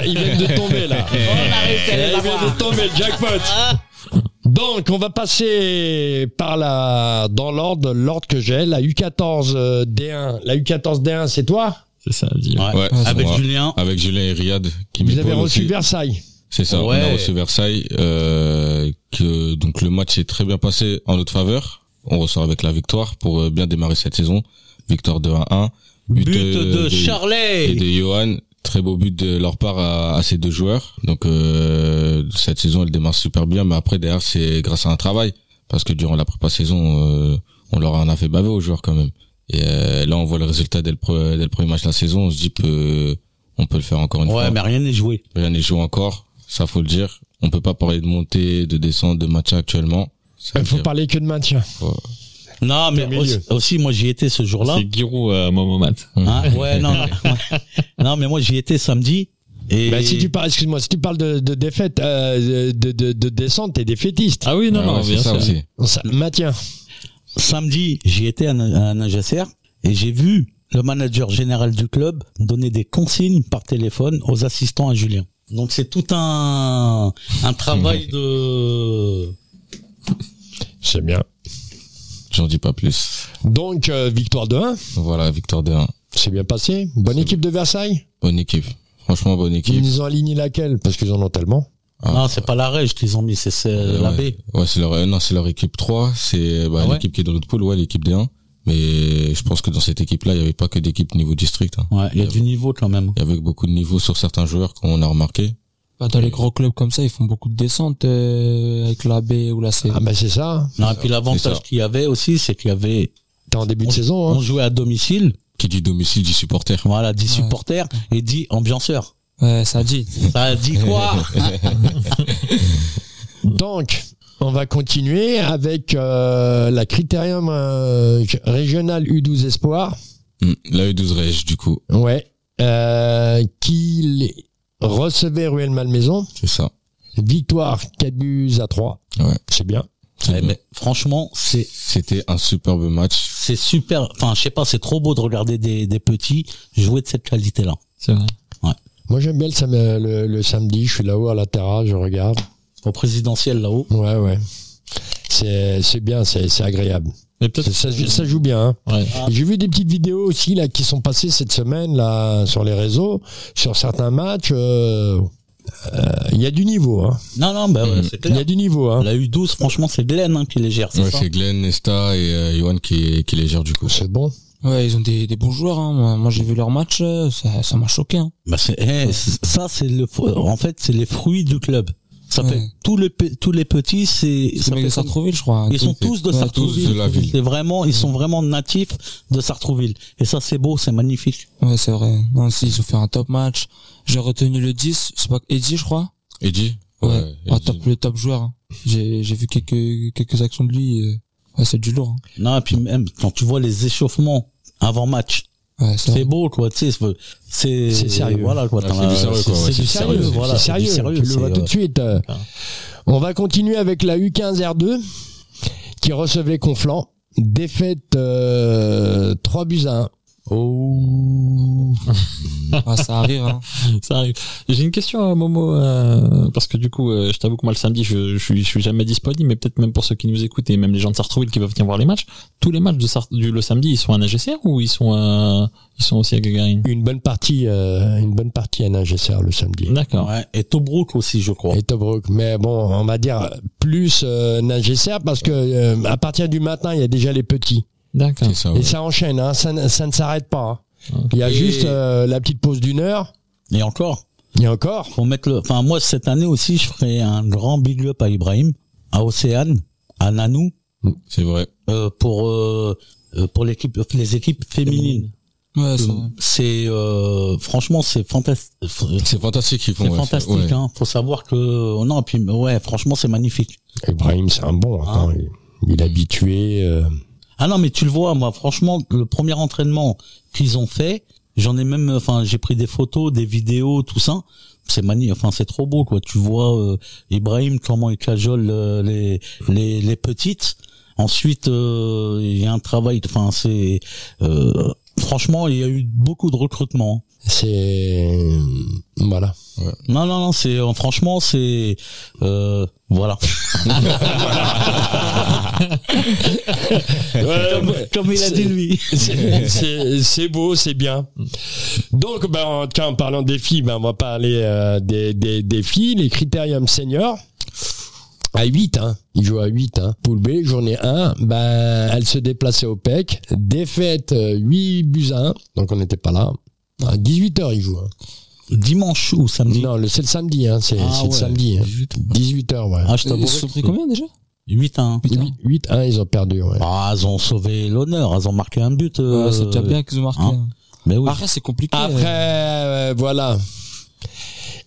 il vient de tomber là.
réussi à les
Il vient
avoir.
de tomber le jackpot. Donc, on va passer par la dans l'ordre, l'ordre que j'ai. La U14 euh, D1. La U14 D1, c'est toi.
C'est ça, dit.
Ouais.
Ouais, c'est
Avec
moi.
Julien,
Avec Julien et Riyad qui
Vous avez
m'épaulent
reçu
aussi.
Versailles.
C'est ça, on
Ouais.
a reçu Versailles. euh, que, donc le match s'est très bien passé en notre faveur. On ressort avec la victoire pour euh, bien démarrer cette saison. Victoire de 1-1.
but
euh,
de Charlet.
Et de Johan. Très beau but de leur part à, à ces deux joueurs. Donc euh, cette saison, elle démarre super bien. Mais après, derrière, c'est grâce à un travail. Parce que durant la prépa-saison, euh, on leur en a fait baver aux joueurs quand même. Et euh, là, on voit le résultat dès le, pre- dès le premier match de la saison. On se dit que euh, on peut le faire encore une fois.
Ouais, mais rien n'est joué.
Rien n'est joué encore, ça faut le dire. On peut pas parler de montée, de descente, de match actuellement. Ça
Il
veut
faut
dire-
parler que de maintien.
Non, mais
milieu.
aussi, aussi, moi j'y étais ce jour-là.
C'est Giroud euh, à Momomat.
Hein ouais, non, mais, non, mais moi j'y étais samedi. Et
Bah, si tu parles, excuse-moi, si tu parles de, de défaite, euh, de, de, de descente, t'es défaitiste.
Ah oui, non,
Ouais,
non,
ouais, c'est
bien
ça
sûr.
aussi.
Ça, maintien.
samedi, j'y étais à, Na- à Nagesser et j'ai vu le manager général du club donner des consignes par téléphone aux assistants à Julien. Donc c'est tout un, un travail de.
C'est bien.
J'en dis pas plus.
Donc, euh, victoire de 1.
Voilà, victoire de 1.
C'est bien passé. Bonne
C'est
équipe de Versailles.
Bonne équipe. Franchement, bonne équipe.
Ils nous ont aligné laquelle Parce qu'ils en ont tellement.
Ah.
Non, c'est pas la règle qu'ils ont mis, c'est c'est
Euh,
la
ouais.
B.
Ouais, c'est leur, euh, non, c'est leur équipe 3. C'est, bah,
Ah ouais
l'équipe qui est dans l'autre poule, ouais, l'équipe D1. Mais je pense que dans cette équipe-là, il y avait pas que d'équipe niveau district. hein.
Ouais, il y a du niveau quand même.
Il y avait beaucoup de niveaux sur certains joueurs qu'on a remarqué.
Bah, dans les gros clubs comme ça, ils font beaucoup de descentes euh, avec la B ou la C.
Ah, bah, c'est ça.
Non, et puis
C'est ça.
l'avantage qu'il y avait aussi, c'est qu'il y avait,
T'es en début de saison.
on
Hein.
jouait à domicile,
Qui dit domicile, dit supporter.
voilà, 10
Ouais.
supporters et 10 ambianceurs.
Ouais, ça dit.
Ça dit quoi
Donc, on va continuer avec euh, la critérium euh, régionale U12 Espoir.
Hmm. Là, U12 Reg, du coup.
Ouais. Euh, qui les- recevait Ruel Malmaison.
C'est ça.
Victoire 4 buts à 3.
Ouais.
C'est bien.
C'est
Eh
bien.
ben, franchement, c'est
C'était un superbe match.
c'est super. Enfin, je sais pas, c'est trop beau de regarder des, des petits jouer de cette qualité-là.
C'est vrai.
Moi j'aime bien le, sam- euh, le- le samedi, je suis là-haut à la terrasse, je regarde.
Au présidentiel là-haut.
Ouais, ouais. C'est c'est bien, c'est c'est agréable.
Mais
Ça,
peut-être.
ça joue- ça joue bien. hein.
Ouais.
J'ai vu des petites vidéos aussi là qui sont passées cette semaine là sur les réseaux, sur certains matchs. euh, euh, Il y a du niveau, hein.
Non, non, bah, ouais,
Mhm.
c'est
Il y a
clair.
du niveau, hein.
La U12, franchement, c'est Glenn hein, qui les gère, c'est
Ouais,
ça
c'est Glenn, Nesta et euh, Johan qui, qui les gère du coup.
C'est bon.
Ouais, ils ont des, des bons joueurs. Hein. Moi, moi, j'ai vu leur match, euh, ça ça m'a choqué. Hein.
Bah, c'est- eh, c'est- ça, c'est le. fo- En fait, c'est les fruits du club. Ça
Ouais.
fait tous les pe- tous les petits, c'est.
Ils
ça
sont de
fait comme-
Sartrouville, je crois.
Ils sont tous de
Ouais, tous
Sartrouville.
de la ville.
C'est vraiment, ils sont vraiment natifs de Sartrouville. Et ça, c'est beau, c'est magnifique.
Ouais, c'est vrai. Non, si, ils ont fait un top match. J'ai retenu le 10, c'est pas Eddie, je crois.
Eddie
Ouais.
Eddie.
Ah, top, le top joueur. hein. J'ai j'ai vu quelques quelques actions de lui. euh, Ouais, c'est du lourd. hein.
Non, et puis même, quand tu vois les échauffements avant match.
hein. Ouais, ça.
C'est beau, quoi, tu sais. c'est-
C'est
C'est
sérieux.
Voilà, quoi.
Ouais,
t'en
c'est du
as-
sérieux, quoi, ouais,
C'est du sérieux, voilà.
c'est sérieux, tu le
c'est,
vois tout
euh,
de suite. euh.
Ah.
On va continuer avec la U15R2 qui recevait Conflans. Défaite euh, 3 buts à 1.
Oh.
Ah, ça arrive, hein.
Ça arrive. J'ai une question à Momo, euh, parce que du coup, euh, je t'avoue que moi le samedi, je, je, suis, je suis jamais disponible, mais peut-être même pour ceux qui nous écoutent et même les gens de Sartrouville qui veulent venir voir les matchs, tous les matchs de Sart du le samedi, ils sont à Nagesser ou ils sont à, ils sont aussi à Gagarine
Une bonne partie, euh, une bonne partie à Ningesser le samedi.
D'accord.
Ouais, et Tobruk aussi, je crois.
Et Tobruk, mais bon, on va dire plus euh, Ningesser parce que euh, à partir du matin, il y a déjà les petits.
D'accord.
C'est ça, Ah ouais.
Et ça enchaîne, hein, ça, ne- ça ne s'arrête pas. hein. Il y a
Et-
juste euh, la petite pause d'une heure.
Et encore,
Et encore,
faut mettre le. Enfin, moi, cette année aussi, je ferai un grand big up à Ibrahim, à Océane, à Nanou,
C'est vrai.
euh, pour euh, euh, pour l'équipe, les équipes féminines.
Ouais, ça.
C'est euh, franchement, c'est fantastique.
C'est fantastique qu'ils font.
C'est
ouais,
fantastique,
ouais.
hein. Faut savoir que non, et puis ouais, franchement, c'est magnifique.
Ibrahim, c'est un bon. attends, il, il est habitué. euh,
Ah non, mais tu le vois, moi, franchement, le premier entraînement qu'ils ont fait, j'en ai même, enfin, j'ai pris des photos, des vidéos, tout ça. C'est magnifique, enfin, c'est trop beau, quoi. Tu vois euh, Ibrahim comment il cajole euh, les, les les petites. Ensuite, euh, il y a un travail, enfin, c'est euh, franchement, il y a eu beaucoup de recrutement.
c'est euh, voilà.
Non, non, non, c'est euh, franchement, c'est euh, voilà. Comme il a dit lui.
C'est- c'est c'est beau, c'est bien. Donc, ben, en, tout cas, en parlant des filles, ben, on va parler euh, des, des, des filles, les critériums seniors. À 8, hein. Il joue à 8, hein. Poule B, journée 1, ben, elle se déplaçait au PEC. Défaite euh, 8 buts à 1. Donc, on n'était pas là. À 18h, il joue. hein.
Dimanche ou samedi
Non, le, c'est le samedi, hein. C'est
Ah
c'est le
ouais.
samedi. hein. 18h, ouais.
Ah, je t'avoue.
Ils se sont pris combien déjà
8 1.
8 1, ils ont perdu, ouais.
Ah, elles ont sauvé l'honneur, elles ont marqué un but. euh,
Ouais, Ah, C'est déjà bien Ah, qu'ils ont marqué.
hein. Mais oui.
Après, c'est compliqué.
Après, euh, voilà.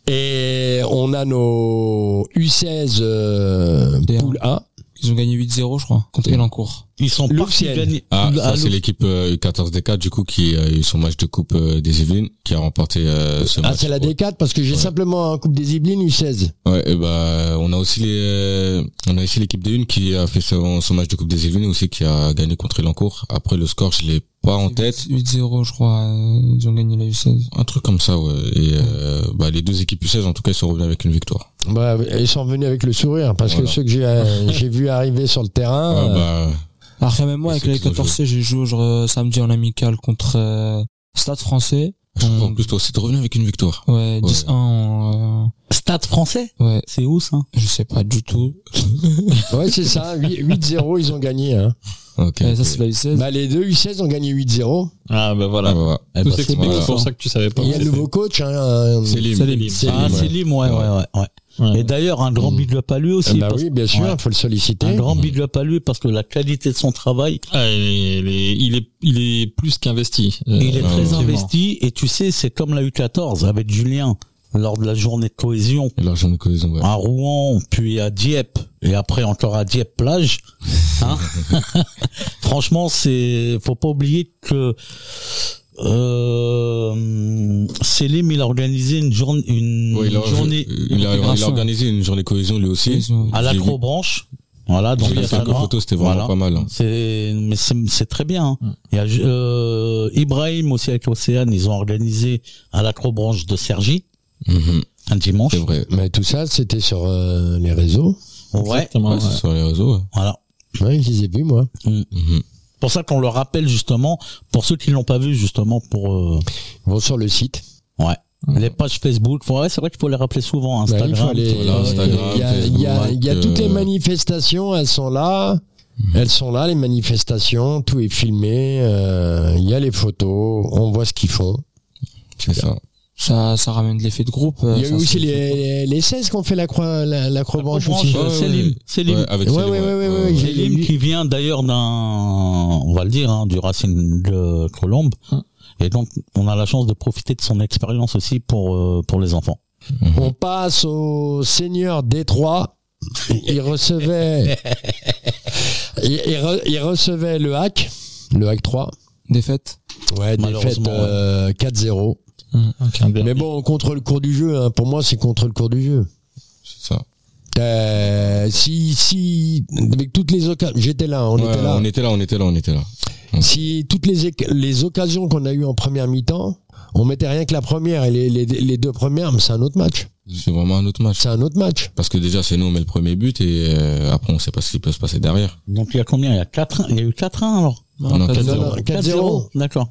Et on a nos U16 euh,
Bien.
poule A.
Ils ont gagné 8-0, je crois, contre Elancourt.
Ils sont
Louvre
partis
Ciel.
gagner.
Ah, ça,
Ah,
c'est l'équipe euh, U14D4 du coup qui a eu son match de coupe euh, des Yvelines qui a remporté euh, ce
Ah,
match.
c'est la D4 parce que j'ai
Ouais.
simplement un Coupe des Yvelines U16.
Ouais, et bah, on a aussi les, euh, on a aussi l'équipe des Unes qui a fait son, son match de coupe des Yvelines aussi qui a gagné contre Elancourt. Après le score, je l'ai pas en tête.
8-0, je crois. euh, Ils ont gagné la U16.
Un truc comme ça, ouais. Et euh, bah, les deux équipes U16 en tout cas ils sont revenus avec une victoire.
Bah, ils sont venus avec le sourire parce que
Voilà.
ceux que j'ai euh, j'ai vu arriver sur le terrain,
Ouais,
euh,
bah,
Après, même moi, avec
C'est
les
qu'ils ont
14C, j'ai joué genre, euh, samedi en amical contre euh, Stade français.
Ah, je crois en
on-
plus toi aussi t'es revenu avec une victoire.
Ouais, 10-1. en,
Stade français
euh, ouais,
C'est où ça
je sais pas du tout.
euh, ouais c'est ça, 8- 8-0 ils ont gagné. Hein.
Ok.
Ouais,
ok.
ça, c'est la U16.
Bah, les deux U16 ont gagné 8-0.
Ah bah
Ah,
voilà.
bah,
Eh
Tout
ben,
c'est
c'est
s'explique,
bon,
c'est pour
ça.
ça que tu savais pas.
Il y a le nouveau coach. Hein, euh,
C'est Lim.
C'est Lim.
C'est
Ah,
Lim.
c'est Lim, ouais, ouais, ouais. ouais.
Ouais.
Et d'ailleurs, un grand
Mm.
big up à lui aussi.
bah
parce-
oui, bien sûr,
Ouais.
faut le solliciter.
Un grand big up à lui parce que la qualité de son travail,
Ah, il, est, il est- il est, il est plus qu'investi. Euh,
il est
ouais,
très
ouais.
investi et tu sais, c'est comme la U14 avec Julien lors de la journée de cohésion
Et l'argent de cohésion, ouais.
à Rouen, puis à Dieppe, et après encore à Dieppe plage. Hein Franchement, c'est faut pas oublier que euh, Selim il a organisé une journée, une
Ouais, il, a,
journée
il, a, il a organisé une journée cohésion lui aussi.
Cohésion.
à
J'ai vu-
l'acrobranche. Voilà, donc
J'ai vu quelques photos, Mm. c'était vraiment pas mal. hein.
C'est mais c'est c'est très bien. hein. Il y a euh, Ibrahim aussi avec Océane, ils ont organisé à l'acrobranche de Sergi
Mhm,
un dimanche.
C'est vrai.
Mais tout ça, c'était sur euh, les réseaux.
Ouais,
Exactement,
Ouais, c'est
ouais.
Sur les réseaux. ouais.
voilà.
Ouais, je les ai vus, moi.
Mhm.
pour ça qu'on le rappelle justement pour ceux qui l'ont pas vu justement pour euh,
Ils vont sur le site.
ouais les pages Facebook ouais c'est vrai qu'il faut les rappeler souvent
Bah, il faut
Instagram
aller- euh,
voilà, Instagram,
il y a, il y a- il y a
Facebook,
toutes les
euh,
manifestations, elles sont là. Elles sont là, les manifestations, tout est filmé, euh, il y a les photos, on voit ce qu'ils font.
C'est ça.
Ça, ça ramène de l'effet de groupe. euh,
Il y a eu
ça,
aussi
c'est-
les, les 16 qu'on fait la croix, la, la croix branche aussi.
Croix-Branche, Euh, Selim, Selim.
Ouais, avec
Ouais,
Selim,
ouais, ouais, ouais, ouais,
C'est Lim
lui-
qui vient d'ailleurs d'un on va le dire hein, du Racine de Colombe
Hein.
Hum.
et donc on a la chance de profiter de son expérience aussi pour euh, pour les enfants
On passe au seigneur Détroit. Il recevait, il, il re- il recevait le hack, le hack 3.
Défaite.
Ouais, défaite
Malheureusement, ouais.
euh, 4-0.
Aucun derby.
Mais bon, on contrôle le cours du jeu. hein. Pour moi, c'est contre le cours du jeu.
C'est ça.
Euh, si, si, avec toutes les occasions, j'étais là, on
Ouais,
était là.
on était là, on était là, on était là.
Si toutes les, éc- les occasions qu'on a eues en première mi-temps, on mettait rien que la première et les, les- les deux premières, mais c'est un autre match.
C'est vraiment un autre match.
C'est un autre match.
Parce que déjà, c'est nous, on met le premier but et euh, après, on sait pas ce qui peut se passer derrière.
Donc il y a combien Il y a 4 Il y a eu 4-1 alors
Ah Non, non,
pas
quatre
de-
Non,
zéro.
non, 4-0.
D'accord.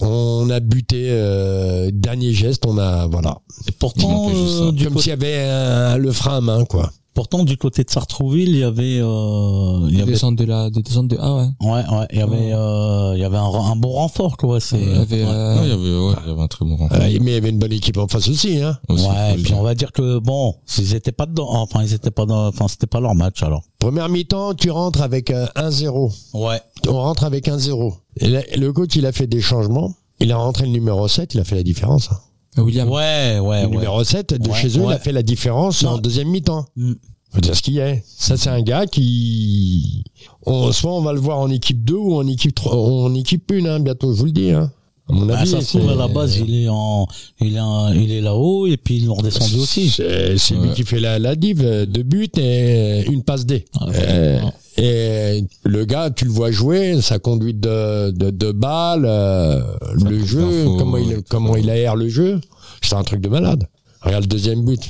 On a buté, euh, dernier geste, on a, voilà.
Et pourtant,
Ils ont fait juste
euh,
ça.
du
Comme
côté-
s'il y avait un- le frein à main, quoi.
pourtant du côté de Sartrouville, il y avait, euh, il y
Des
avait,
descentes de la, des descentes de A, ouais.
ouais, ouais, il y avait, euh, il y avait un, un bon renfort quoi. C'est,
Il y avait, euh,
Non, il y avait, ouais, il y avait un très bon renfort.
Euh, mais il y avait une bonne équipe en face aussi, hein.
aussi, faut
ouais.
le
Puis
dire.
on va dire que bon, ils étaient pas dedans. Enfin, ils étaient pas dans. Enfin, c'était pas leur match alors.
Première mi-temps, tu rentres avec euh, 1-0.
Ouais.
On rentre avec 1-0. Et là, le coach, il a fait des changements. Il a rentré le numéro 7, il a fait la différence. hein.
William.
Ouais, ouais,
Le
ouais.
numéro 7 de
Ouais,
chez eux, il
ouais.
a fait la différence
Non.
en deuxième mi-temps.
Mm.
Faut dire ce qu'il y a. Ça, c'est un gars qui, on, soit on va le voir en équipe 2 ou en équipe 3, ou en équipe 1, hein, bientôt, je vous le dis, hein. À mon
Ah,
avis,
ça se trouve à la base, il est en, il est, en- il est là-haut et puis ils l'ont redescendu aussi.
C'est c'est lui
Ouais.
qui fait la, la div, euh, deux buts et une passe D.
Ah,
Euh,
non.
et le gars, tu le vois jouer, sa conduite de, de, de balle, euh, le
prise
jeu,
d'info,
comment il,
ouais.
comment il aère le jeu, c'est un truc de malade. Regarde le deuxième but.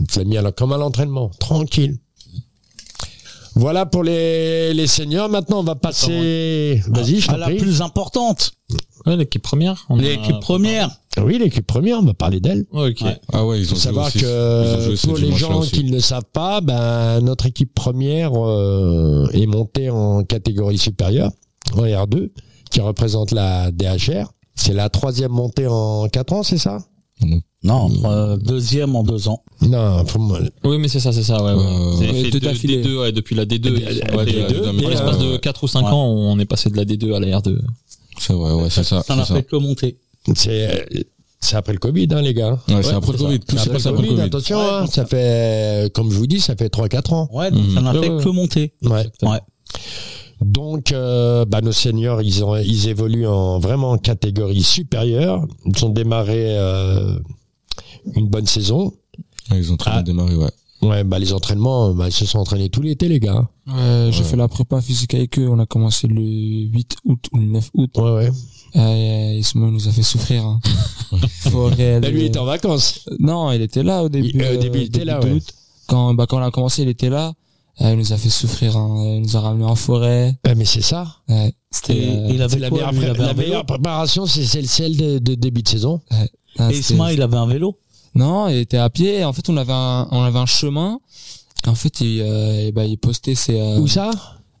Il te l'a mis à la- comme à l'entraînement, tranquille. Voilà pour les, les seniors. Maintenant, on va passer. Vas-y, je
À
t'en
la
prie.
plus importante, Ah,
Ouais, l'équipe première. on a-
l'équipe première.
Oui, l'équipe première, on va parler d'elle.
Ouais, ok.
Ouais.
Ah ouais, ils ont
faut savoir
joué aussi- ils ont
que
joué ce
pour les
dimanche-là
gens
aussi.
qui ne le savent pas, ben, notre équipe première euh, est montée en catégorie supérieure, en R2, qui représente la DHR. C'est la troisième montée en quatre ans, c'est ça
Non, euh, deuxième en deux ans.
Non, faut me-
Oui, mais c'est ça, c'est ça, ouais. ouais.
Euh,
Vous avez
ouais,
fait
deux
deux-
d'affilée.
D2, ouais, depuis la D2.
D-
ils sont
D2,
montés, euh,
D2,
En l'espace de 4 ou 5
Ouais.
ans, on est passé de la D2 à la R2.
C'est vrai, ouais, c'est ça.
Ça n'a
c'est
fait que monter.
c'est c'est après le Covid, hein, les gars.
Ouais, c'est après le Covid. Tout s'est passé après le Covid.
Attention,
Ouais,
hein,
donc
ça fait, comme je vous dis, ça fait 3-4 ans.
Ouais, donc
Mhm.
ça n'a
Ouais,
fait
ouais,
que monter.
Ouais.
Ouais.
Donc, euh, bah, nos seniors, ils, ont, ils évoluent en vraiment en catégorie supérieure. Ils ont démarré euh, une bonne saison.
Ouais, Ils ont très
Ah.
bien démarré, ouais.
Ouais, bah les entraînements, bah, ils se sont entraînés tout l'été, les gars.
Euh, j'ai fait la prépa physique avec eux. On a commencé le 8 août ou le 9 août.
Ouais, ouais.
Euh, et ce moment nous a fait souffrir. Hein. Forêt,
Bah, lui, il
euh,
était en vacances.
Non, il était là au début.
Il- euh, au
euh,
début, il était là,
d'août.
ouais.
Quand, bah, quand on a commencé, il était là. Euh, il nous a fait souffrir. hein. Il nous a ramené en forêt.
Bah, mais c'est ça.
Ouais, c'était. euh,
Et il
euh, C'est
avait
la,
quoi,
meilleure,
lui, il
pré-
avait un
la
vélo
meilleure préparation, c'est celle, celle de, de début de saison.
ah,
Et
c'était-
Isma, il avait un vélo.
Non, il était à pied. En fait, on avait un, on avait un chemin. Et en fait, il, euh, eh ben, il postait ses. euh,
Où ça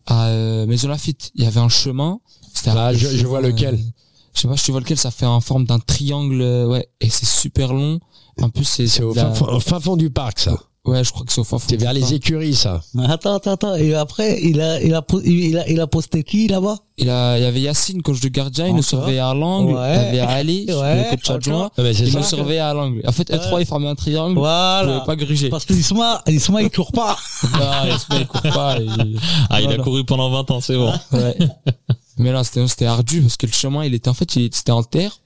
à euh, Maison Lafitte. Il y avait un chemin. C'était un
Ah, je- je
chemin,
vois lequel.
euh, je sais pas, je te vois lequel. Ça fait en forme d'un triangle. euh, Ouais, et c'est super long. En plus, c'est
C'est au,
la-
fin fond- au fin fond du parc, ça.
Ouais, je crois que c'est au fond.
C'est vers les écuries, ça.
Attends, attends, attends. Et après, il a, il a, po- il a, il a posté qui là-bas
Il, a, il y avait Yacine, coach de gardien, il nous
Encore.
surveillait à l'angle.
Ouais.
Il y avait Ali,
Ouais,
le coach adjoint.
encore.
Ah, bah, c'est
Il
ça.
nous surveillait à l'angle. En fait, E3,
Ouais.
il formait un triangle. Il
Voilà.
pouvait pas gruger.
Parce que Isma, Isma, il court pas.
Ah, il se met, il court pas. il-
Ah, il a
Voilà.
couru pendant 20 ans, c'est bon.
Ouais. Mais là, c'était c'était ardu parce que le chemin, il était en fait, il- c'était en terre.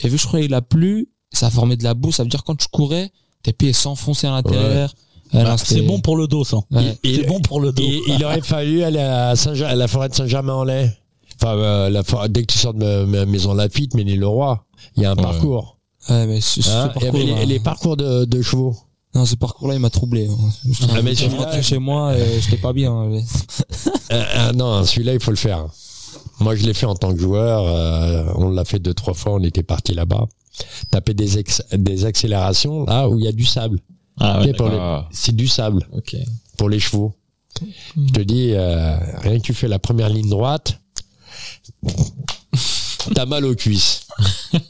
Et vu, je crois, il a plu, ça formait de la boue. Ça veut dire quand tu courais, tes pieds s'enfonçaient à l'intérieur. Ouais, non,
Bah, c'est
c'était-
bon pour le dos, ça.
Ouais.
Il-
C'est bon pour le dos.
Et il aurait fallu aller à, Saint à la forêt de Saint-Germain-en-Laye. Enfin, euh, la for- dès que tu sors de ma- ma- Maison Lafitte, mais le roi, il y a un
Ouais.
parcours.
Ouais, mais ce, ce
hein. Il y
parcours,
avait les, les parcours de, de chevaux.
non, ce parcours-là, il m'a troublé. hein. Je
Ah, mais
je suis
celui-là-
rentré chez moi, et j'étais pas bien. hein.
Euh, euh, non, celui-là, il faut le faire. Moi, je l'ai fait en tant que joueur. euh, on l'a fait deux, trois fois. On était parti là-bas. Taper des, ex- des accélérations là où il y a du sable.
Ah,
Tu sais, pour les-
Ah.
C'est du sable
ok.
pour les chevaux. Je te dis, euh, rien que tu fais la première ligne droite, t'as mal aux cuisses.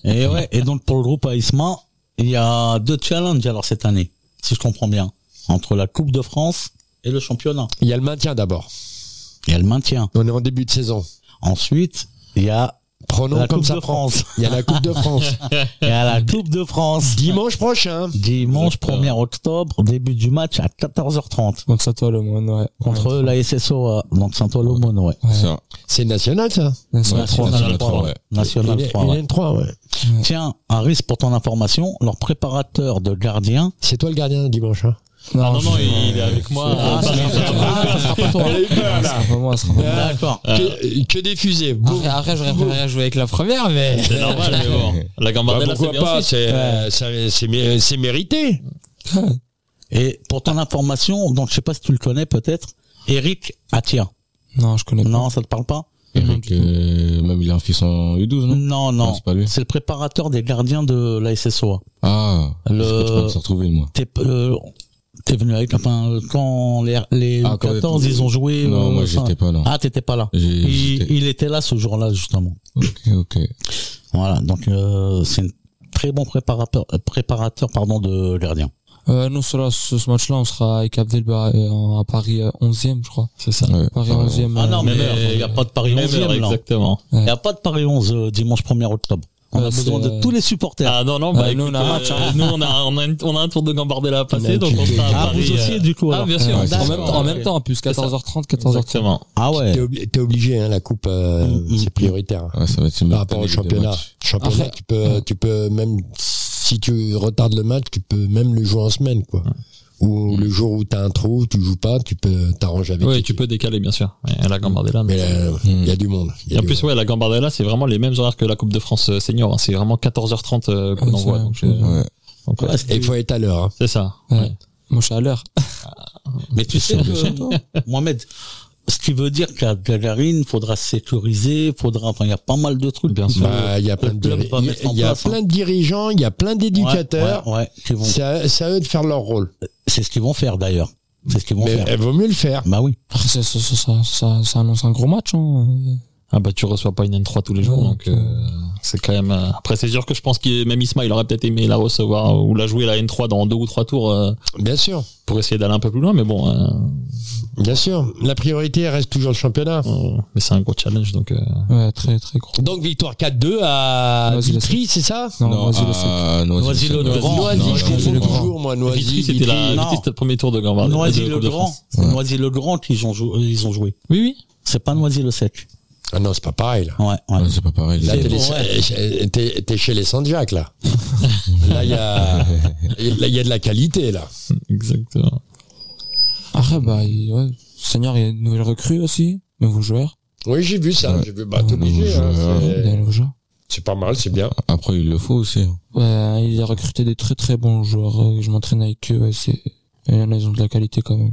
Et ouais. Et donc, pour le groupe à Isma, il y a deux challenges, alors, cette année. Si je comprends bien. Entre la Coupe de France et le championnat.
Il y a le maintien d'abord.
Il y a le maintien.
On est en début de saison.
Ensuite, il y a
Prenons
La
comme
Coupe
ça
de
prend.
France.
Il y a la Coupe de France.
Et à la Coupe de France.
Dimanche prochain.
Dimanche 1er octobre, début du match à 14h30
Contre Saint-Ouen, le Moine, ouais.
contre
Ouais.
la SSOA, euh, donc Saint-Olomone, ouais.
Ouais.
Ça.
C'est national, ça
National
Ouais,
3.
National 3,
ouais.
National
Il est-
3,
il
ouais.
est une 3, ouais.
Tiens, Harris, pour ton information, leur préparateur de gardien,
C'est toi le gardien dimanche. Hein
Ah non, non, il est avec moi.
Ah,
Ah,
c'est- ah, ça sera pas toi.
Moi, ça sera pas
D'accord.
que, que des fusées. Boum.
moi. Après, j'aurais préféré jouer avec la première, mais.
c'est normal, mais bon. La
Bah,
Gambardella, c'est
pourquoi
bien
pas
aussi.
C'est euh, ça- c'est mé- c'est mérité.
Et pour ton information, donc je sais pas si tu le connais peut-être, Eric Attia.
Non, je connais pas.
Non, ça te parle pas
Eric, euh, même il a un fils en U12,
Non,
non
non.
Non, c'est pas lui.
C'est le préparateur des gardiens de la SSOA.
Ah,
Le-
le... je crois que je retrouvé, moi.
T'es euh, t'es venu avec, enfin, quand les, les
Ah, quand-
14, ils ont joué.
Non,
euh,
moi,
enfin-
j'étais pas là.
Ah, t'étais pas là.
J'ai-
Il,
j'étais-
il était là ce jour-là, justement.
Ok, ok.
Voilà, donc euh, c'est un très bon préparateur, euh, préparateur pardon, de gardien.
Euh, non, sur la- sur ce match-là, on sera avec Abdelba euh, à Paris euh, 11e, je crois.
C'est ça.
Ouais.
Paris euh,
Ah,
11e.
Ah non, mais
Même heure,
il n'y a pas de Paris
Même
11
heure,
là.
exactement.
Il n'y a pas de Paris 11 euh, dimanche 1er octobre. On
Ah,
Euh,
a
c'est,
besoin de
euh,
tous les supporters.
Ah non, non,
Euh,
bah,
nous,
nous,
on a un match, hein.
nous on a, on, a une- on a un tour de Gambardella à passer,
Mais
donc
tu-
on sera à
Ah,
Paris.
vous aussi,
euh,
du coup.
Ah,
alors.
bien sûr,
Ouais, c'est
En même temps, en même
Ok.
temps, en plus, 14h30, 14h30.
Exactement.
Ah
T'es
ouais.
obli- t'es obligé, hein, la coupe, euh,
Mm, mm.
c'est prioritaire. hein.
Ouais, ça va être une
Par rapport
bonne
au
année de
championnat.
match.
Championnat,
Après-
tu peux, tu peux même, si tu retardes le match, tu peux même le jouer en semaine, quoi. Ou le jour où t'as un trou, tu joues pas, tu peux t'arranger avec.
Oui,
l'équipe.
tu peux décaler, bien sûr. Ouais, la Gambardella.
Mais euh, il y a du monde. il y a
Et en
du
plus, ouais, la Gambardella, c'est vraiment les mêmes horaires que la Coupe de France euh, senior. hein. C'est vraiment 14h30 euh, qu'on
Ouais,
envoie.
c'est
Donc,
la même
euh,
Ouais.
donc, ouais.
Ouais,
monde. Et il faut être à l'heure. hein.
C'est ça.
Ouais.
ouais.
Moi, je suis à l'heure.
Mais tu sais, que, Mohamed, ce qui veut dire qu'à Gagarine, faudra sécuriser, faudra, enfin, il y a pas mal de trucs.
Bien sûr.
Bah, il y a plein de,
club
diri-
va
il y a-
mettre en
il y a
place, hein.
plein de dirigeants, il y a plein d'éducateurs.
Ouais, ouais, ouais, qui vont-
C'est à, c'est à eux de faire leur rôle.
C'est ce qu'ils vont faire d'ailleurs. C'est ce qu'ils vont
Mais eh,
faire.
il vaut mieux le faire.
Bah oui.
Après, ça, ça, ça, ça, ça, ça annonce un gros match. Hein.
Ah bah tu reçois pas une N3 tous les jours,
Ouais,
donc euh, c'est quand même. euh, Après c'est sûr que je pense que même Isma il aurait peut-être aimé la recevoir euh, ou la jouer la N3 dans deux ou trois tours euh,
Bien sûr.
pour essayer d'aller un peu plus loin, mais bon, euh,
Bien sûr. La priorité reste toujours le championnat.
euh, mais c'est un gros challenge, donc. euh,
Ouais, très, très gros.
Donc victoire 4-2 à
Noisy-le-Sec.
Vitry, c'est ça
Non, euh,
Non, euh,
vas-y, le sec.
à
Noisy-le-
Noisy-le-
Grand.
Noisy,
Non,
je
Noisy,
confonds
le Grand.
toujours, moi, Noisy.
Vitry, c'était la
non.
Vitry, c'était le premier tour de Gambardella. de Coupe de
Noisy-le-Grand,
France.
c'est Noisy-le-Grand qu'ils ont joué, ils ont joué.
Oui, oui.
C'est pas Noisy-le-Sec.
Ah non, c'est pas pareil, là.
Ouais, ouais.
Ouais, c'est pas pareil.
Là,
C'est
t'es
bon,
les-
ouais.
eh, t'es t'es chez les Saint-Jacques, là. là, il y a, là, il y a de la qualité, là.
Exactement.
Après, bah, il- ouais. Seigneur, il y a une nouvelle recrue aussi. Nouveau joueur.
Oui, j'ai vu ça.
Ouais.
J'ai vu, bah, t'es obligé,
Ouais.
hein,
Il y a
c'est-
un nouveau joueur.
C'est pas mal, c'est bien.
Après, il le faut aussi. hein.
Ouais, il a recruté des très, très bons joueurs. euh, Je m'entraîne avec eux. Ouais, c'est... Il y en a, ils ont de la qualité quand même.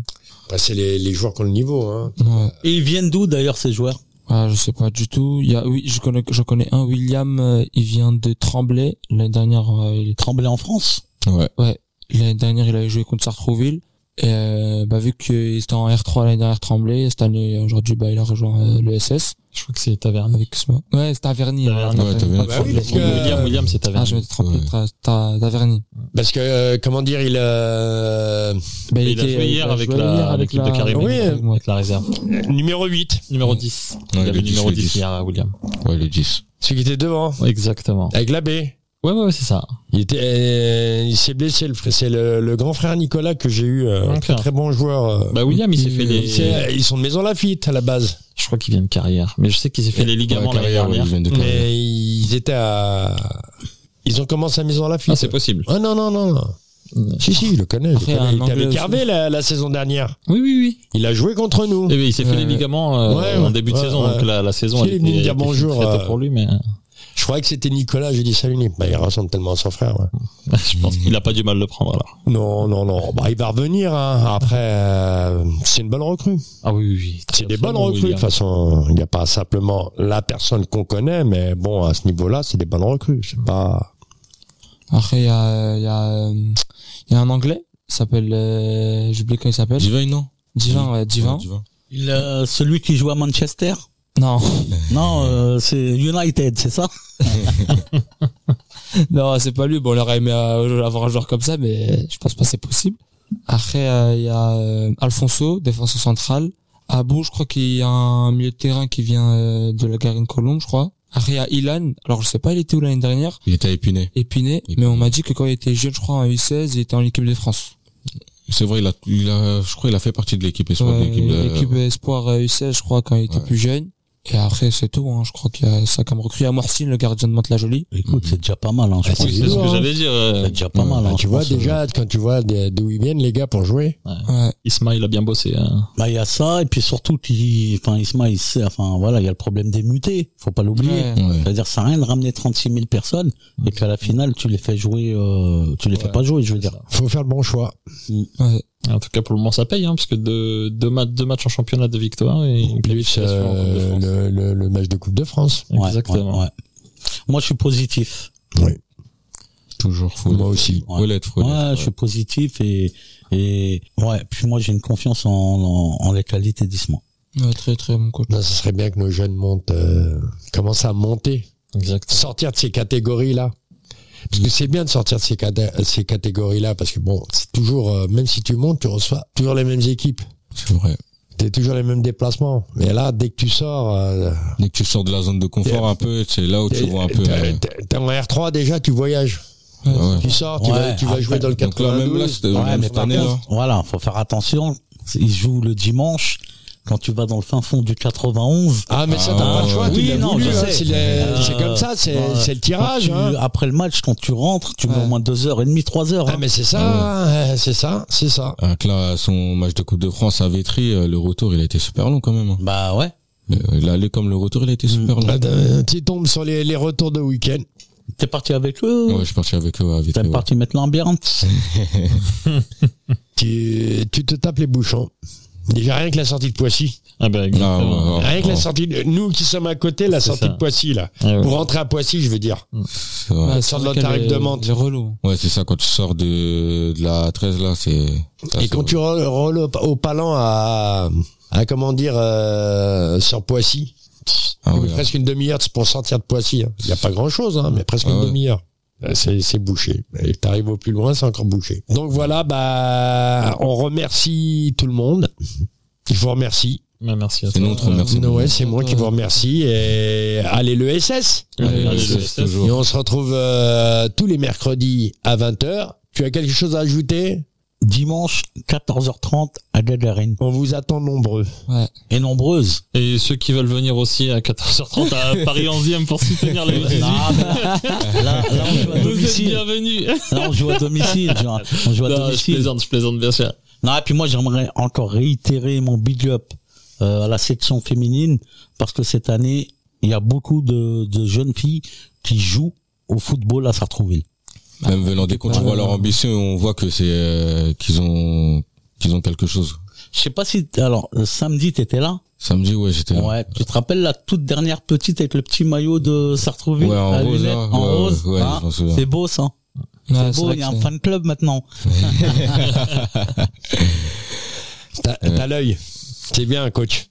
Bah, c'est les, les joueurs qui ont le niveau, hein.
Ouais.
Et ils viennent d'où d'ailleurs ces joueurs
Ah, je sais pas du tout. Il y a, oui, je connais, je connais un William. euh, il vient de Tremblay. L'année dernière, euh, il,
Tremblay en France
Ouais.
l'année dernière, il avait joué contre Sartrouville. Et euh, bah, vu qu'il était en R3 l'année dernière, Tremblay, cette année, aujourd'hui, bah, il a rejoint euh, le SS
Je crois que c'est Tavernier.
avec Sma. Ouais, c'est Taverny.
Taverny,
voilà,
ouais,
Taverny.
Taverny.
Pas
Ah,
de
Bah oui,
problème.
parce que-
William, William, c'est
Ah,
Tavernier.
je m'étais trompé.
Ouais.
Tra- ta- Taverny.
Parce que, euh, comment dire, il, euh,
Bah,
Il a joué hier
il a
avec
joué hier
la-
avec
l'équipe de
la-
Karim.
Oui.
Benzema, Avec la réserve.
numéro 8,
Numéro 10. Il
Ouais,
avait
le 10,
numéro
le
10
10.
hier, euh, William.
Ouais, le 10.
celui qui était devant,
Exactement.
avec l'abbé.
Ouais, ouais, ouais, c'est ça.
Il était, euh, il s'est blessé, le fr- c'est le, le grand frère Nicolas que j'ai eu, euh,
Ok.
très, très bon joueur. euh.
Bah, William, il s'est fait
Il s'est-
les.
ils sont de Maison Lafitte, à la base.
Je crois qu'il vient de carrière. Mais je sais qu'il s'est fait les ligaments
Ouais,
l'année
carrière, ouais,
dernière.
ils viennent de carrière.
Mais ils étaient à, ils ont commencé à Maison Lafitte.
Ah, c'est possible.
Ah non, non, non. non.
Mm.
Si, si, je le connais. je le
Après,
connais.
un
Il était
Anglais
avec
aussi.
Hervé la, la saison dernière.
Oui, oui, oui.
Il a joué contre nous.
Eh bien, il s'est fait
Ouais,
les
ouais.
ligaments euh,
Ouais,
en
ouais,
début de
ouais,
saison,
ouais.
donc la, la saison
Il est
elle
venu me
était,
dire
était
bonjour,
très tôt
euh.
pour lui, mais euh,
Je croyais que c'était Nicolas. J'ai dit salut Nick. Bah, il ressemble tellement à son frère. ouais.
je pense qu'il a pas du mal de le prendre alors.
Non, non, non. Bah, il va revenir. hein. Après, euh, c'est une bonne recrue.
Ah oui, oui, oui.
C'est des
Très
bonnes
bon,
recrues. De toute
William.
façon, il n'y a pas simplement la personne qu'on connaît, mais bon, à ce niveau-là, c'est des bonnes recrues. C'est pas.
Après, il y a, euh, il y a, euh, il y a un anglais. Il s'appelle, euh, j'oublie comment il s'appelle.
Divin, non
Divin, ouais, Divin.
Il, euh, Celui qui joue à Manchester
Non,
Non, euh, c'est United, c'est ça
non, c'est pas lui. Bon, on aurait aimé euh, avoir un joueur comme ça, mais je pense pas que c'est possible. Après, euh, il y a euh, Alfonso, défenseur central. Abou, je crois qu'il y a un milieu de terrain qui vient euh, de la Garine Colombe, je crois. Après, il y a Ilan. Alors, je sais pas, il était où l'année dernière?
Il était à épiné.
Épiné.
Épiné.
Mais on m'a dit que quand il était jeune, je crois, en U16, il était en équipe de France.
C'est vrai, il a, il a, je crois, il a fait partie de l'équipe espoir, de
Ouais,
l'équipe de-
L'équipe espoir euh, U16, je crois, quand il était
Ouais.
plus jeune. Et après, c'est tout, hein. Je crois qu'il y a ça comme recrue. Il y a Morcine, le gardien de Mantes-la-Jolie.
Écoute, c'est déjà pas mal, hein, je
Ah,
pense.
c'est
C'est ce
lourd,
que
hein.
j'allais dire. euh,
C'est déjà pas mal,
Bah,
hein,
tu
je
vois
pense.
déjà quand tu vois des- d'où ils viennent les gars pour jouer.
Ouais.
Isma, il a bien bossé. hein.
Bah, il y a ça, et puis surtout, il, enfin, Ismaël, il sait, enfin, voilà, il y a le problème des mutés. Faut pas l'oublier.
Ouais.
Ouais.
C'est-à-dire, ça sert à rien de ramener 36 000 personnes, et qu'à la finale, tu les fais jouer, euh, tu les fais
Ouais.
pas jouer, je veux dire.
Faut faire le bon choix.
En tout cas, pour le moment, ça paye, hein, parce que deux, deux, ma- deux matchs en championnat de victoire et une
Plus
qualification en Coupe de
euh,
France.
le, le- le match de Coupe de France.
Ouais,
Exactement.
ouais, ouais. Moi, je suis positif.
Toujours fou.
Moi aussi.
Ouais.
Follette,
Ouais,
Follette.
je suis positif et, et ouais. Puis moi, j'ai une confiance en, en, en les qualités d'Isma.
Ouais, très, très bon coach.
Non, ça serait bien que nos jeunes montent, euh, commencent à monter,
Exactement.
sortir de ces catégories là. Parce que c'est bien de sortir de ces, caté- ces catégories là parce que bon, c'est toujours euh, même si tu montes, tu reçois toujours les mêmes équipes.
C'est vrai.
T'es toujours les mêmes déplacements. Mais là, dès que tu sors, euh,
Dès que tu sors de la zone de confort un peu, c'est là où tu
t'es-
vois un peu.
t'es-
euh,
t'es- t'es en R3 déjà, tu voyages.
ouais, ouais.
Tu sors, tu
Ouais,
vas, tu vas
après-
jouer dans le
Donc là,
92.
même là, c'était
Ouais,
même
mais
cette
par
année,
contre,
là.
euh, voilà, faut faire attention. Ils jouent le dimanche. Quand tu vas dans le fin fond du 91,
Ah mais ça
Ah,
t'as pas le choix,
oui,
tu l'as
non,
voulu,
je
hein,
sais.
c'est le- c'est comme ça, c'est
Ouais.
c'est le
quand
tirage.
tu-
hein.
après le match, quand tu rentres, tu mets
Ouais.
au moins deux heures et demie, trois heures.
Ah
hein.
mais c'est ça, hein, c'est ça, c'est ça.
Ah, que là, son match de Coupe de France à Vétry, euh, le retour, il a été super long quand même. hein.
Bah ouais,
Euh, L'aller comme le retour, il a été super long.
Ah, euh, Tu tombes sur les, les retours de week-end.
t'es parti avec eux.
Ouais, je suis parti avec eux à
T'es
Vétry. ouais.
parti mettre l'ambiance.
Tu, tu te tapes les bouchons. Déjà rien que la sortie de Poissy.
Ah ben,
Ah, ouais,
exactement.
ouais, ouais.
Rien que la
Ouais,
sortie de, nous qui sommes à côté, la
C'est
sortie
ça.
de Poissy là.
Ah ouais.
Pour rentrer à Poissy, je veux dire.
c'est vrai.
Ouais,
sort de
c'est vrai
l'autre
qu'elle
tarif de
est-
Mantes.
Elle est relou.
Ouais, c'est ça, quand tu sors de, de la 13, là, c'est... ça,
Et
c'est
quand
vrai.
tu roules roules au, au palan à, à comment dire euh, sur Poissy,
Ah
Il
ouais,
faut presque une demi-heure pour sortir de Poissy. hein. Il n'y a pas grand-chose, hein, mais presque
Ah
une
ouais.
demi-heure. Euh, C'est c'est bouché. Et t'arrives au plus loin, c'est encore bouché. Donc voilà, bah, on remercie tout le monde. Je vous remercie.
Ouais, Bah, merci à
C'est
toi.
nous, on te remercie.
Noé, c'est moi qui vous remercie. Et allez le SS.
Allez,
Allez,
c'est-
allez,
c'est
Et
toujours.
on se retrouve euh, tous les mercredis à 20h. Tu as quelque chose à ajouter
Dimanche, 14h30 à Gagarine.
On vous attend nombreux.
Et nombreuses.
Et ceux qui veulent venir aussi à 14h30 à Paris 11e pour soutenir les
Non, mais là, là, là, on joue à
Vous êtes
domicile.
bienvenus.
Là, on joue à domicile. genre. On joue à
Non, je
domicile.
plaisante, je plaisante bien sûr.
Non, et puis moi, j'aimerais encore réitérer mon big up euh, à la section féminine parce que cette année, il y a beaucoup de, de jeunes filles qui jouent au football à Sartrouville.
Même venant des comptes, on voit leur ambition, on voit que c'est, euh, qu'ils ont, qu'ils ont quelque chose.
Je sais pas si, alors, le samedi, t'étais là.
Samedi, ouais, j'étais là.
Ouais. Tu te rappelles la toute dernière petite avec le petit maillot de Sartrouville?
Ouais, en
Ah,
à
rose,
lunettes,
là.
en
Ouais,
rose.
ouais,
hein.
je m'en souviens.
c'est beau, ça.
Ouais,
c'est
Ah, c'est
beau.
vrai
Il y
que
a un
c'est-
fan club maintenant.
T'as t'as l'œil. C'est bien, coach.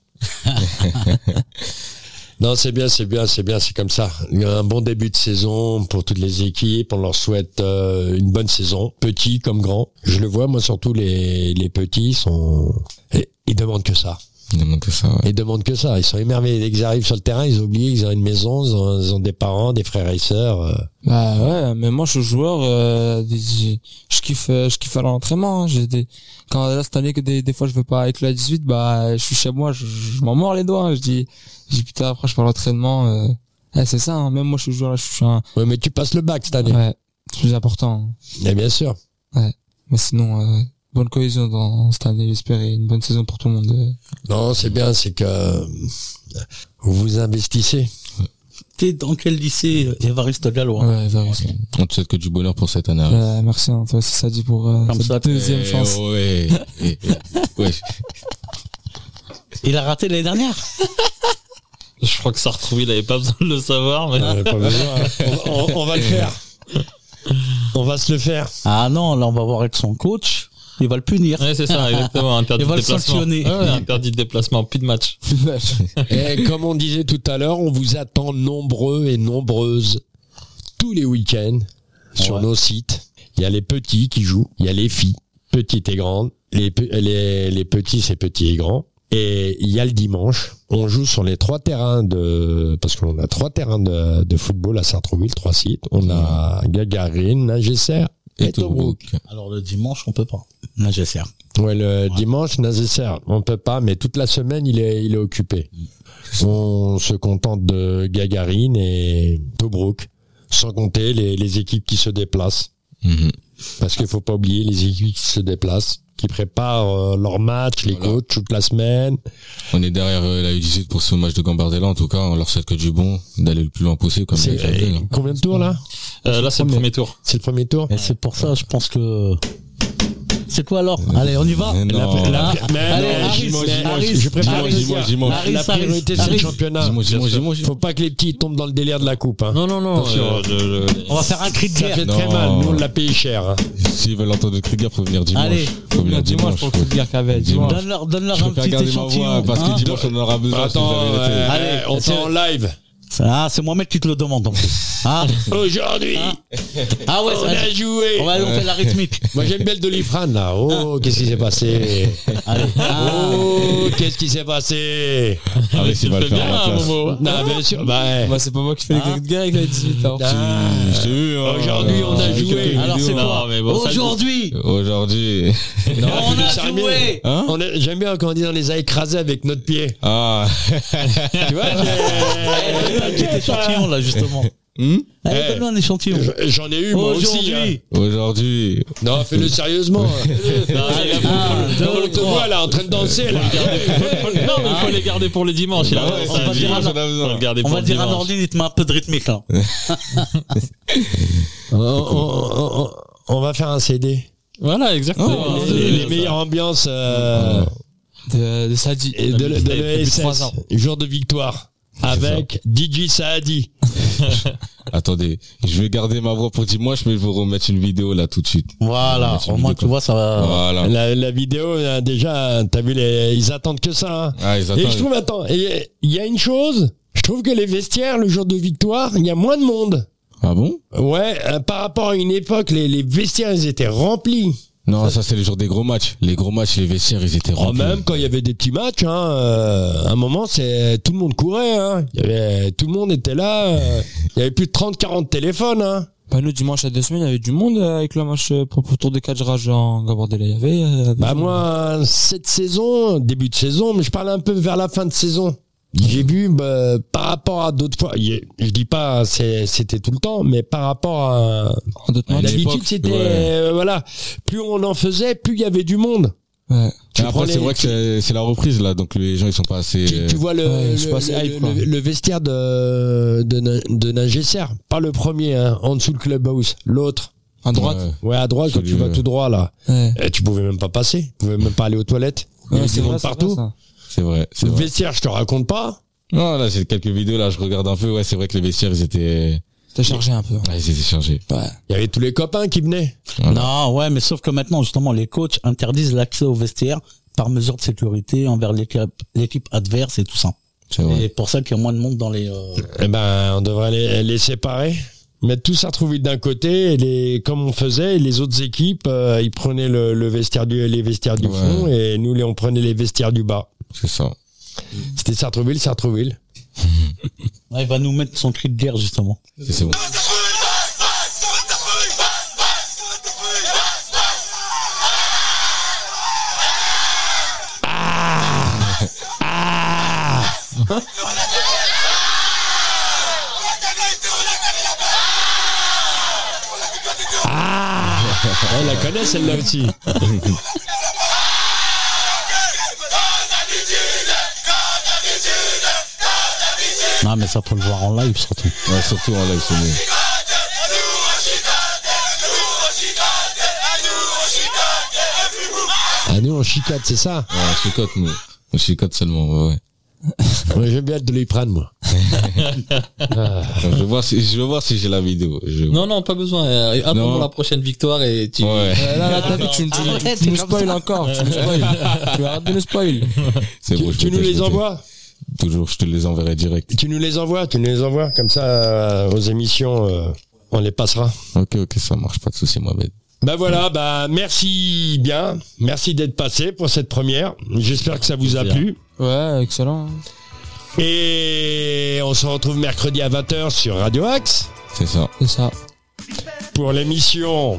non, c'est bien, c'est bien, c'est bien, c'est comme ça. Un bon début de saison pour toutes les équipes. On leur souhaite euh, une bonne saison, petits comme grands. Je le vois, moi surtout les, les petits sont, et- ils demandent que ça.
Il manque ça, ouais.
Ils demandent que ça. Ils sont émerveillés dès qu'ils arrivent sur le terrain. Ils oublient qu'ils ont une maison, ils ont, ils ont des parents, des frères et sœurs. euh.
Bah ouais, mais moi je suis joueur, euh, je, je kiffe, euh, je kiffe à l'entraînement. hein. J'ai des, quand là cette année que des, des fois je veux pas avec la 18, bah je suis chez moi, je, je m'en mords les doigts. hein. Je dis, je dis putain après je pars à l'entraînement. euh, eh, c'est ça, hein. même moi je suis joueur, là, je suis un,
Ouais, mais tu passes le bac cette année.
ouais, c'est plus important. hein.
Et bien sûr.
Mais sinon, euh, bonne cohésion dans cette année, j'espère, et une bonne saison pour tout le monde. euh.
Non, c'est bien, c'est que euh, vous investissez.
T'es dans quel lycée? euh, Évariste Gallois.
Ouais, ça va.
On te souhaite que du bonheur pour cette année.
Euh, merci, hein, toi aussi, ça dit pour euh,
Comme
cette
ça, t'es-
deuxième
Eh,
chance.
Ouais, eh, eh, ouais.
Il a raté l'année dernière.
Je crois que Sartrouville avait pas besoin de le savoir, mais
On, on- on va le faire. On va se le faire.
Ah non, là on va voir avec son coach, il va le punir.
ouais, c'est ça, exactement. Interdit
Ils vont
de
le
déplacement.
sanctionner.
Ouais, ouais, interdit de déplacement, plus de match.
Et comme on disait tout à l'heure, on vous attend nombreux et nombreuses tous les week-ends sur
Ouais.
nos sites. Il y a les petits qui jouent, il y a les filles, petites et grandes. Les, pe- les, les petits, c'est petits et grands. Et il y a le dimanche, on joue sur les trois terrains de, parce qu'on a trois terrains de, de football à Sartrouville, trois sites. On a Gagarine, Nagesser et, Tobruk.
Tobruk.
Alors le dimanche, on peut pas. Là, j'essaie.
Ouais, le dimanche, Nagesser, on peut pas, mais toute la semaine, il est, il est occupé. On se contente de Gagarine et Tobruk, sans compter les, les équipes qui se déplacent.
Mhm.
Parce qu'il faut pas oublier les équipes qui se déplacent, qui préparent euh, leurs matchs, les
Voilà.
coachs toute la semaine.
On est derrière euh, la U18 pour ce match de Gambardella. En tout cas, on leur souhaite que du bon, d'aller le hein. plus loin possible. Comme
C'est
les Gambardella.
combien de tours là
Euh, là, c'est le premier tour.
C'est le premier tour
Et c'est pour ça, je pense que. C'est quoi alors
Euh,
Allez, on y va.
Mais non.
Ah,
Mais
allez,
non,
Harris,
dis-moi, dis-moi,
Harris,
je prépare
Harris,
les gars.
dis-moi.
Harris,
La priorité
Harris,
c'est le
Harris.
championnat.
Dis-moi, dis-moi, dis-moi, dis-moi.
Faut pas que les petits tombent dans le délire de la coupe. hein.
Non, non, non.
Attention.
euh, le- le-
On va faire un cri de
Ça
guerre.
fait très
Non.
mal. Nous on l'a payé cher. hein.
S'ils veulent entendre le cri de guerre, faut venir dimanche.
Allez.
faut venir
dimanche pour le coup de guerre qu'avait.
Dimanche.
Dimanche.
Donne-leur donne
Je
-leur un
préfère
petit
garder ma
échantillon.
voix parce que
hein.
dimanche on en aura besoin. si vous
Attends,
avez
euh,
été-
allez, on est en live.
Ah, c'est Mohamed qui te le demande. en plus. Ah,
Aujourd'hui,
ah ouais,
on a
allez,
joué.
on va aller on fait la rythmique.
Moi j'aime bien le Doliprane là. Oh, qu'est-ce qui s'est passé
Allez. Ah.
Oh, qu'est-ce qui s'est passé
Harris, il va le faire à ma place.
Non, bien sûr. Bah, ouais.
Moi, c'est pas moi qui fais
Ah.
les cris de guerre avec les 18 ans.
Ah,
Je t'ai vu, hein.
Aujourd'hui, on a
J'ai vu
joué.
quelques
Alors c'est
vidéos.
quoi
Ah, Non, mais bon, ça-
Aujourd'hui,
Aujourd'hui.
non,
on
Philippe
a
Sarmier.
joué.
Hein?
On a- J'aime bien quand on dit on les a écrasés avec notre pied.
Ah.
Tu vois
Allez, donne-nous Un petit échantillon là justement.
Hmm
Allez,
Eh.
donne-nous un échantillon.
Je- J'en ai eu moi aussi. hein.
Aujourd'hui.
Aujourd'hui.
Non, fais-le sérieusement.
Allez, un, Ah, deux,
Comme on te
trois.
voit là, en train de danser là.
Non, mais il faut les garder pour les dimanches. Il a
Ouais,
raison,
on
ça,
va
le
dire
dimanche,
un-
on a besoin de le garder
On
pour
va
le
dire à
dimanche.
Nordin, il te met un peu de rythmique là.
On, on- on- oh, on va faire un CD.
Voilà, exactement.
les, les- les meilleures ambiances euh,
De, de Sadi.
et de, le- de l'ESS,
ans.
jour de victoire, avec DJ Saadi.
Attendez. Je vais garder ma voix pour dimanche, mais je vais vous remettre une vidéo là tout de suite.
Voilà,
Merci,
au moins
Nico.
tu vois ça
Ah.
va.
Ah.
Voilà.
La, la vidéo, euh, déjà, t'as vu, les, ils attendent que ça. hein.
Ah, ils
Et je
attendent.
trouve, attends, et il y a une chose, je trouve que les vestiaires, le jour de victoire, il y a moins de monde.
Ah bon?
Ouais, euh, par rapport à une époque, les, les vestiaires, ils étaient remplis.
Non, ça, c'est les jours des gros matchs. Les gros matchs, les vestiaires, ils étaient
Oh,
remplis.
même quand il y avait des petits matchs, hein, euh, à un moment, c'est tout le monde courait. Hein. Il y avait, tout le monde était là. euh, il y avait plus de 30-40 téléphones. Hein.
Bah, nous, dimanche à deux semaines, il y avait du monde euh, avec le match euh, pour pour tour de 4 rage en Gabardella. Il y avait. euh,
Bah
Mmh.
des-
moi, cette saison, début de saison, mais je parle un peu vers la fin de saison. J'ai vu bah, par rapport à d'autres fois, il y a- je dis pas c'est- c'était tout le temps, mais par rapport à
en d'autres
Ouais,
matchs.
d'habitude
l'époque,
c'était
ouais.
euh, voilà, plus on en faisait, plus il y avait du monde.
Ouais.
Tu
Et
prends
après,
les-
c'est vrai que c'est- c'est la reprise, là. Donc, les gens, ils sont pas assez.
Tu, tu vois le,
Ouais,
le-
je sais pas, c'est
le-
hype, quoi.
le- le vestiaire de de, Na- de Nagesser, pas le premier, hein, en dessous le clubhouse, l'autre.
À droite.
Ouais.
Ouais, à droite, quand
Celui,
tu vas
ouais.
tout droit là,
Ouais.
Eh, tu pouvais même pas passer, tu pouvais même pas aller aux toilettes. Il y
Ouais,
avait du
c'est
monde
vrai, c'est
partout.
vrai, ça.
C'est vrai. C'est
le
vrai.
vestiaire, je te raconte pas.
Non, là, j'ai quelques vidéos, là, je regarde un peu. Ouais, c'est vrai que les vestiaires, ils étaient,
T'as chargé un peu.
ah, ils étaient chargés.
Ouais.
Il y avait tous les copains qui venaient.
Non, ouais, mais sauf que maintenant justement les coachs interdisent l'accès aux vestiaires par mesure de sécurité envers l'équipe l'équipe adverse et tout ça.
C'est vrai.
Et pour ça qu'il y a moins de monde dans les. euh,
Eh ben, on devrait les, les séparer. Mettre tous à retrouver d'un côté, et les, comme on faisait, les autres équipes, euh, ils prenaient le, le vestiaire du, les vestiaires du
Ouais.
fond et nous, les, on prenait les vestiaires du bas.
C'est ça.
C'était Sartreville, Sartreville.
Ouais, il va nous mettre son cri de guerre justement.
C'est c'est bon.
Ah. Ah, On la connaît celle-là aussi.
Non, mais ça faut le voir en live surtout.
Ouais, surtout en live, c'est mieux.
Ah, nous, on chicote, c'est ça
Ouais, on chicote, nous. On chicote seulement, ouais, ouais.
Moi, j'aime bien de les prendre, moi.
Je vais voir si, je vais voir si j'ai la vidéo. Je...
Non, non, pas besoin. euh, Attends
Non.
pour la prochaine victoire et tu.
Ouais.
Euh, Là, là, t'as vu, tu, tu-
Arrête,
tu
c'est
nous
comme
spoil
ça.
encore. Tu nous spoil. tu arrêtes de nous spoil.
C'est
Tu,
bon, je
tu
me
nous
tais, je
les
me tais.
envoies
Toujours, je te les enverrai direct.
Tu nous les envoies Tu nous les envoies Comme ça, euh, aux émissions, euh, on les passera.
Ok, ok, ça marche, pas de souci, Mohamed.
Ben voilà, bah merci bien, merci d'être passé pour cette première. J'espère que ça vous a
Plaisir.
plu.
Ouais, excellent.
Et on se retrouve mercredi à 20h sur Radio Axe
C'est ça.
C'est ça.
pour l'émission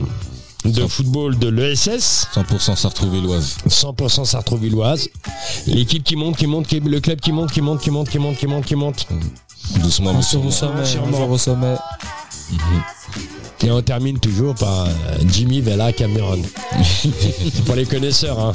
de football de l'ESS,
100% Sartrouvilloise.
100% Sartrouvilloise. L'équipe qui monte, qui monte, qui... le club qui monte, qui monte, qui monte, qui monte, qui monte, qui monte.
Doucement,
On
mais
se
sûrement.
ressemble,
Sûrement.
on se ressemble.
Et on termine toujours par euh, Jimmy Vela Cameron. C'est pour les connaisseurs, hein.